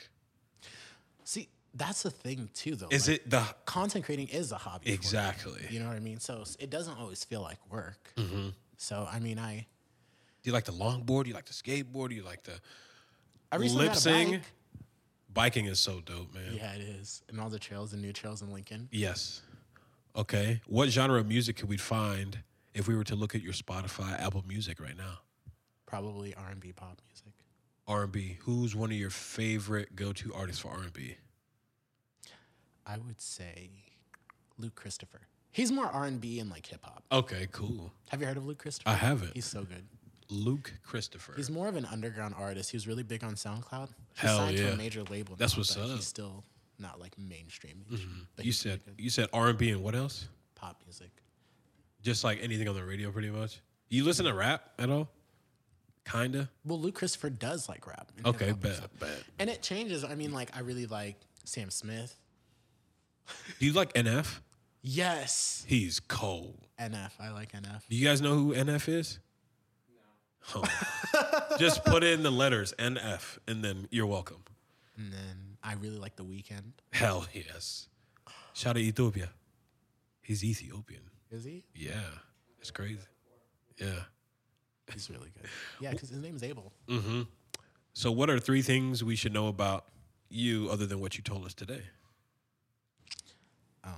S2: see that's the thing too though
S1: Is
S2: like,
S1: it the
S2: content creating is a hobby for me.
S1: Exactly.
S2: You know what I mean? So s- it doesn't always feel like work.
S1: Mm-hmm.
S2: So I mean, I
S1: Do you like the longboard? Do you like the skateboard? Do you like the
S2: I recently
S1: lip
S2: got a
S1: sync?
S2: bike.
S1: Biking is so dope, man.
S2: Yeah, it is, and all the trails and new trails in Lincoln.
S1: Yes. Okay. What genre of music could we find if we were to look at your Spotify, Apple Music right now?
S2: Probably R and B pop music.
S1: R and B. Who's one of your favorite go to artists for R and B?
S2: I would say Luke Christopher. He's more R and B and like hip hop.
S1: Okay, cool.
S2: Have you heard of Luke
S1: I
S2: Christopher?
S1: haven't.
S2: He's so good.
S1: Luke Christopher.
S2: He's more of an underground artist. He was really big on SoundCloud. He
S1: Hell
S2: signed to
S1: yeah.
S2: a major label.
S1: That's
S2: now,
S1: what's
S2: but
S1: up. Mm-hmm.
S2: He's still not like mainstream. mainstream, But
S1: you
S2: he's
S1: said you said R and B and what else?
S2: pop music.
S1: Just like anything on the radio, pretty much. You listen to rap at all? Kinda.
S2: Well, Luke Christopher does like rap. and hip
S1: Okay,
S2: hop and
S1: bet,
S2: stuff.
S1: bet.
S2: And it changes. I mean, like, I really like Sam Smith.
S1: Do you like NF?
S2: Yes.
S1: He's cold.
S2: NF. I like NF.
S1: Do you guys know who NF is? No. Just put in the letters NF, and then you're welcome.
S2: And then I really like The Weeknd.
S1: Hell yes. Shout out Ethiopia. He's Ethiopian.
S2: Is he?
S1: Yeah, it's crazy. Yeah.
S2: He's really good. Yeah, because his name's Abel.
S1: So, what are three things we should know about you other than what you told us today?
S2: Um,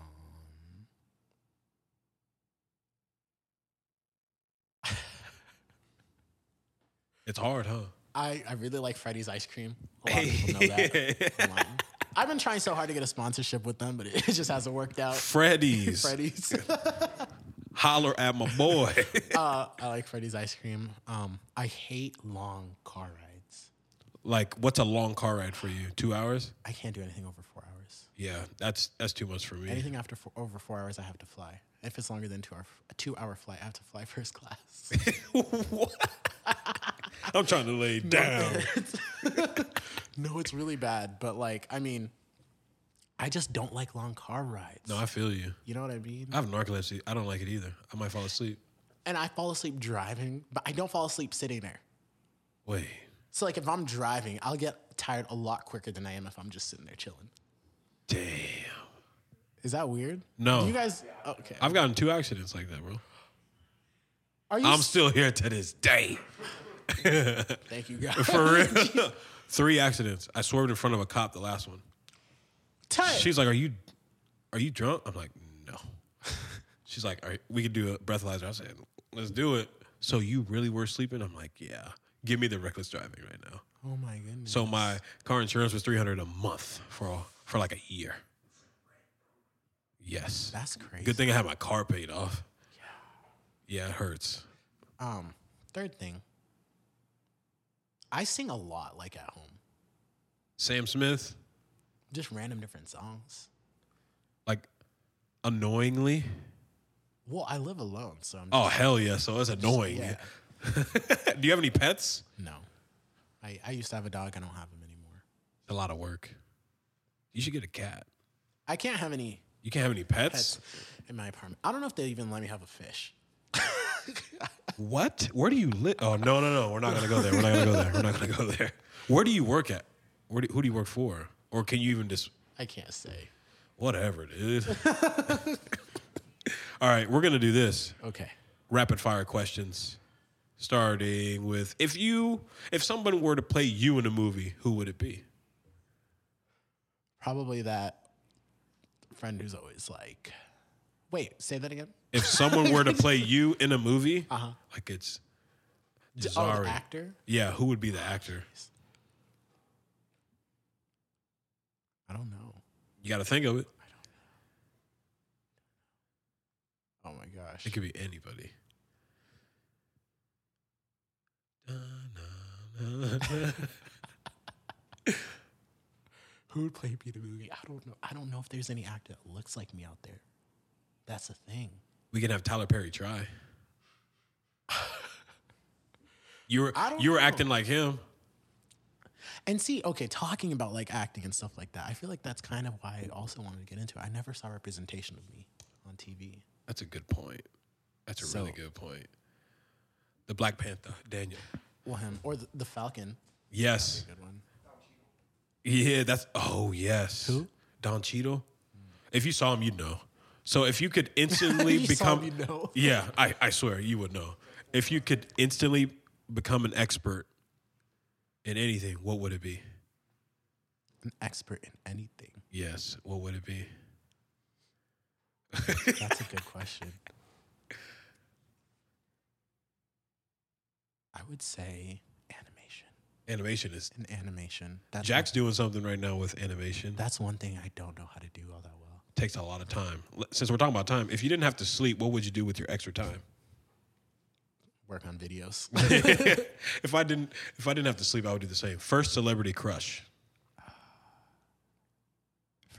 S1: It's hard, huh?
S2: I, I really like Freddy's Ice Cream. A lot of people know that. online. I've been trying so hard to get a sponsorship with them, but it, it just hasn't worked out.
S1: Freddy's.
S2: Freddy's.
S1: Holler at my boy.
S2: uh, I like Freddy's Ice Cream. Um, I hate long car rides.
S1: like, what's a long car ride for you? Two hours?
S2: I can't do anything over four hours.
S1: Yeah, that's that's too much for me.
S2: Anything after four, over four hours, I have to fly. If it's longer than two hour, a two hour flight, I have to fly first class.
S1: What? I'm trying to lay down.
S2: no, it's really bad. But like, I mean, I just don't like long car rides.
S1: No, I feel you.
S2: You know what I mean?
S1: I have narcolepsy. I don't like it either. I might fall asleep.
S2: And I fall asleep driving, but I don't fall asleep sitting there.
S1: Wait.
S2: So like, if I'm driving, I'll get tired a lot quicker than I am if I'm just sitting there chilling.
S1: Damn.
S2: Is that weird?
S1: No.
S2: You guys, okay?
S1: I've gotten two accidents like that, bro.
S2: Are you?
S1: I'm still here to this day.
S2: thank you guys.
S1: For real. Three accidents. I swerved in front of a cop the last one.
S2: Tight.
S1: She's like, "Are you, are you drunk?" I'm like, "No." She's like, "All right, we could do a breathalyzer." I said, "Let's do it." So you really were sleeping? I'm like, "Yeah." Give me the reckless driving right now.
S2: oh my goodness.
S1: So my car insurance was 300 a month for for like a year. Yes.
S2: That's crazy.
S1: Good thing I had my car paid off. Yeah. Yeah, it hurts.
S2: Um, third thing. I sing a lot, like at home,
S1: Sam Smith,
S2: just random different songs.
S1: like annoyingly.
S2: Well, I live alone, so I'm
S1: Oh hell yeah! So it's annoying.
S2: yeah.
S1: do you have any pets?
S2: no. I, I used to have a dog. I don't have him anymore.
S1: It's a lot of work. You should get a cat.
S2: I can't have any
S1: You can't have any pets.
S2: pets in my apartment. I don't know if they even let me have a fish.
S1: What? Where do you live? Oh no, no, no. We're not gonna go there. We're not gonna go there. We're not gonna go there. Where do you work at? Where do, who do you work for? Or can you even just
S2: I can't say.
S1: whatever, dude? All right, we're gonna do this.
S2: Okay.
S1: Rapid fire questions, starting with if you if someone were to play you in a movie, who would it be?
S2: Probably that friend who's always like, wait, say that again? Uh-huh.
S1: If someone were to play you in a movie, like it's
S2: Oh, the
S1: Zari.
S2: actor?
S1: Yeah, who would be the actor?
S2: I don't know.
S1: You got to think of it.
S2: Oh my gosh.
S1: It could be anybody.
S2: Who would play Peter Movie? I don't know. I don't know if there's any actor that looks like me out there. That's the thing.
S1: We can have Tyler Perry try. You were
S2: I don't
S1: you were
S2: know.
S1: acting like him.
S2: And see, okay, talking about like acting and stuff like that, I feel like that's kind of why I also wanted to get into it. I never saw representation of me on TV.
S1: That's a good point. That's a really
S2: So-
S1: good point. The Black Panther, Daniel.
S2: Well, him or the, the Falcon.
S1: Yes.
S2: Good one.
S1: Yeah, that's oh yes. Who? Don Cheadle. If you saw him, you'd know. So if you could instantly
S2: You saw
S1: become
S2: him, you'd know.
S1: Yeah, I, I swear you would know. If you could instantly become an expert in anything, what would it be?
S2: An expert in anything.
S1: Yes, what would it be?
S2: That's a good question. I would say animation.
S1: Animation is
S2: An animation. That's
S1: Jack's doing something right now with animation. That
S2: that's one thing I don't know how to do all that well.
S1: takes a lot of time. L- Since we're talking about time, if you didn't have to sleep, what would you do with your extra time?
S2: Work on videos.
S1: if I didn't if I didn't have to sleep, I would do the same. First celebrity crush.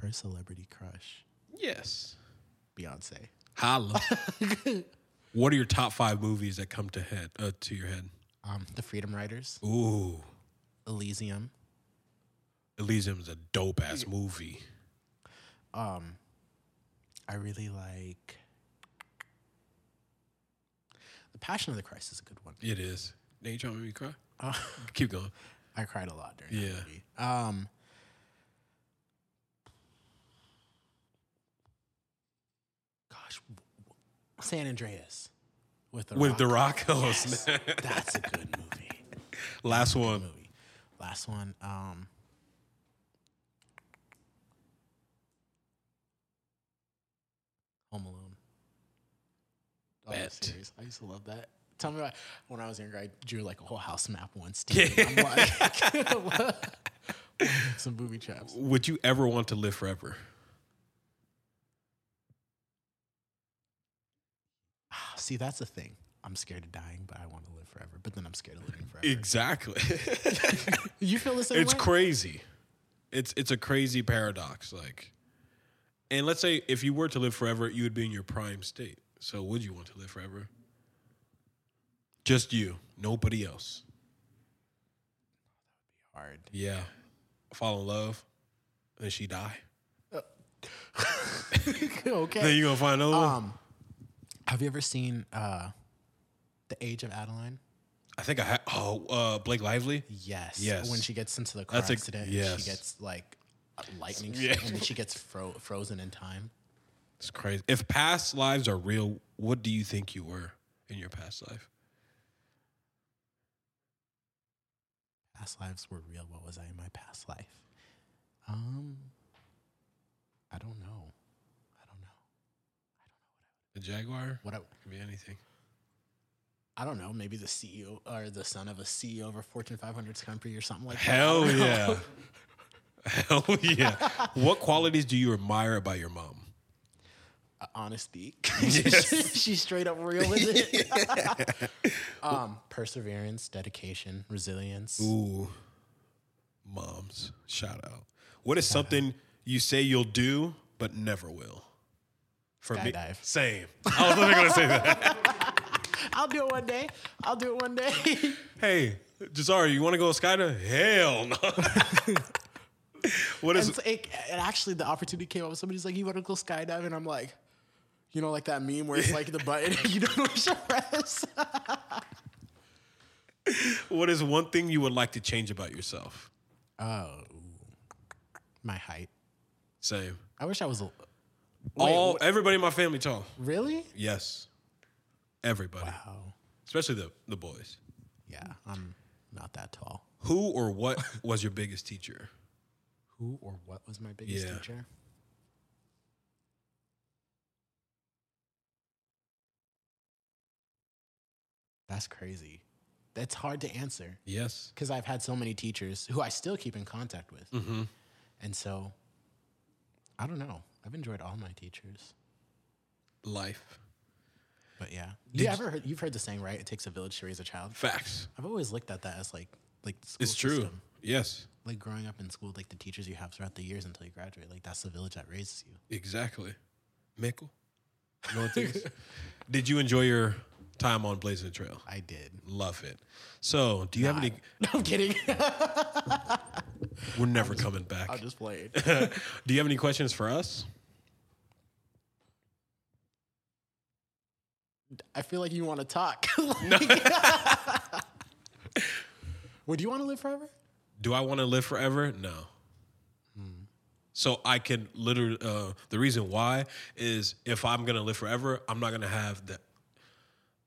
S2: First celebrity crush,
S1: Yes.
S2: Beyonce.
S1: Holla. what are your top five movies that come to head uh, to your head?
S2: Um, the Freedom Riders,
S1: Ooh,
S2: Elysium.
S1: Elysium's a dope ass movie.
S2: Um, I really like The Passion of the Christ is a good one.
S1: It is. Now you trying to make me cry?
S2: Uh,
S1: Keep going.
S2: I cried a lot during
S1: Yeah.
S2: that movie. Um, gosh, w- w- San Andreas with the
S1: With
S2: Rock.
S1: The Rock. Oh,
S2: Yes,
S1: snap.
S2: that's a good movie.
S1: Last one.
S2: movie. Last one. Um, Home Alone. Oh,
S1: Bet.
S2: series. I used to love that. Tell me about when I was younger. I drew like a whole house map once. Too. I'm like, some booby traps.
S1: Would you ever want to live forever?
S2: See, that's the thing. I'm scared of dying, but I want to live forever. But then I'm scared of living forever.
S1: Exactly.
S2: you feel the same
S1: it's
S2: way?
S1: crazy. It's it's a crazy paradox. Like, and let's say if you were to live forever, you would be in your prime state. So would you want to live forever? Just you, nobody else.
S2: Hard.
S1: Yeah. Fall in love, and then she die.
S2: okay.
S1: Then you gonna find another one.
S2: Um, have you ever seen uh, The Age of Adeline?
S1: I think I ha- oh uh, Blake Lively.
S2: Yes.
S1: Yes.
S2: When she gets into the car
S1: That's a-
S2: accident, and
S1: yes.
S2: she gets like lightning,
S1: Yeah.
S2: and then she gets fro- frozen in time.
S1: It's crazy. If past lives are real, what do you think you were in your past life?
S2: Past lives were real. What was I in my past life? Um, I don't know. I don't know.
S1: A jaguar?
S2: What I,
S1: Could be anything.
S2: I don't know. Maybe the CEO or the son of a CEO of a Fortune 500's company or something like that. I
S1: Hell
S2: don't
S1: yeah.
S2: know.
S1: Hell yeah. What qualities do you admire about your mom?
S2: Uh, honesty. She's straight up real with it. um, perseverance, dedication, resilience.
S1: Ooh. Moms. Shout out. What is something you say you'll do but never will? For me.
S2: Skydive.
S1: Same. I was literally gonna say that.
S2: I'll do it one day. I'll do it one day.
S1: Hey, Jazari, you wanna go skydive? Hell no. what is
S2: And, so it, and actually, the opportunity came up. Somebody's like, "You want to go skydiving?" I'm like, You know, like that meme where it's like the button you don't know what to press.
S1: What is one thing you would like to change about yourself?
S2: Oh, my height.
S1: Same.
S2: I wish I was. a-
S1: All everybody in my family tall.
S2: Really?
S1: Yes. Everybody.
S2: Oh,
S1: Especially the the boys.
S2: yeah. I'm not that tall.
S1: Who or what was your biggest teacher?
S2: Who or what was my biggest
S1: Yeah.
S2: teacher? That's crazy. That's hard to answer
S1: Yes.
S2: because I've had so many teachers who I still keep in contact with.
S1: Mm-hmm.
S2: And so I don't know. I've enjoyed all my teachers.
S1: Life.
S2: But yeah.
S1: Did
S2: You
S1: you-
S2: ever heard you've heard the saying, right? It takes a village to raise a child.
S1: Facts.
S2: I've always looked at that as like like the school
S1: It's true.
S2: system.
S1: Yes.
S2: Like growing up in school, like the teachers you have throughout the years until you graduate, like that's the village that raises you.
S1: Exactly. Mickle. You know what it is? Did you enjoy your time on Blazing the Trail?
S2: I did.
S1: Love it. So, do you have any?
S2: No, I'm kidding.
S1: We're never coming back.
S2: I'm just playing.
S1: do you have any questions for us?
S2: I feel like you want to talk. Would you want to live forever?
S1: Do I want to live forever? No. So I can literally. Uh, the reason why is if I'm gonna live forever, I'm not gonna have the,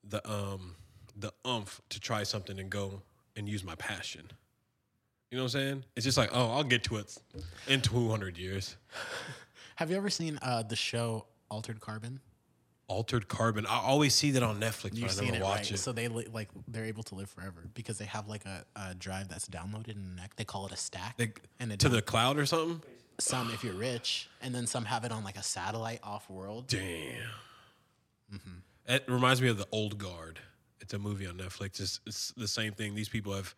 S1: the um, the umph to try something and go and use my passion. You know what I'm saying? It's just like, oh, I'll get to it in 200 years.
S2: Have you ever seen uh, the show Altered Carbon?
S1: Altered Carbon. I always see that on Netflix,
S2: You've
S1: but I
S2: seen
S1: never
S2: it,
S1: watch
S2: right?
S1: it.
S2: So they li- like they're able to live forever because they have like a, a drive that's downloaded and like, they call it a stack.
S1: They-
S2: and it
S1: to the cloud or something?
S2: some if you're rich, and then some have it on like a satellite off world.
S1: Damn. Mm-hmm. It reminds me of the Old Guard. It's a movie on Netflix. It's, it's the same thing. These people have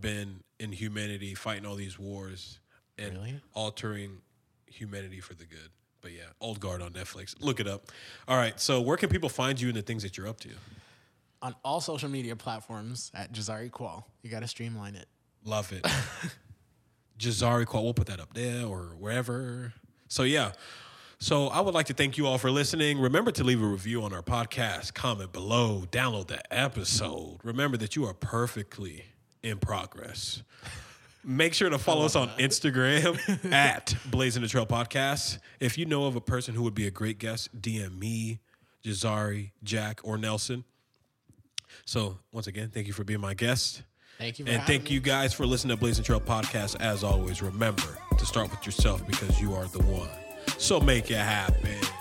S1: been in humanity fighting all these wars and
S2: Really?
S1: altering humanity for the good. But yeah, Old Guard on Netflix. Look it up. All right. So where can people find you and the things that you're up to?
S2: On all social media platforms at Jazari Qual. You got to streamline it.
S1: Love it. Jazari Qual. We'll put that up there or wherever. So, yeah. So, I would like to thank you all for listening. Remember to leave a review on our podcast, comment below, download the episode. Remember that you are perfectly in progress. Make sure to follow us on Instagram at Blazing the Trail Podcast. If you know of a person who would be a great guest, DM me, Jazari, Jack, or Nelson. So, once again, thank you for being my guest.
S2: Thank you. For
S1: And
S2: having
S1: thank
S2: me.
S1: you guys for listening to Blazing Trail Podcast. As always, remember to start with yourself because you are the one. So make it happen.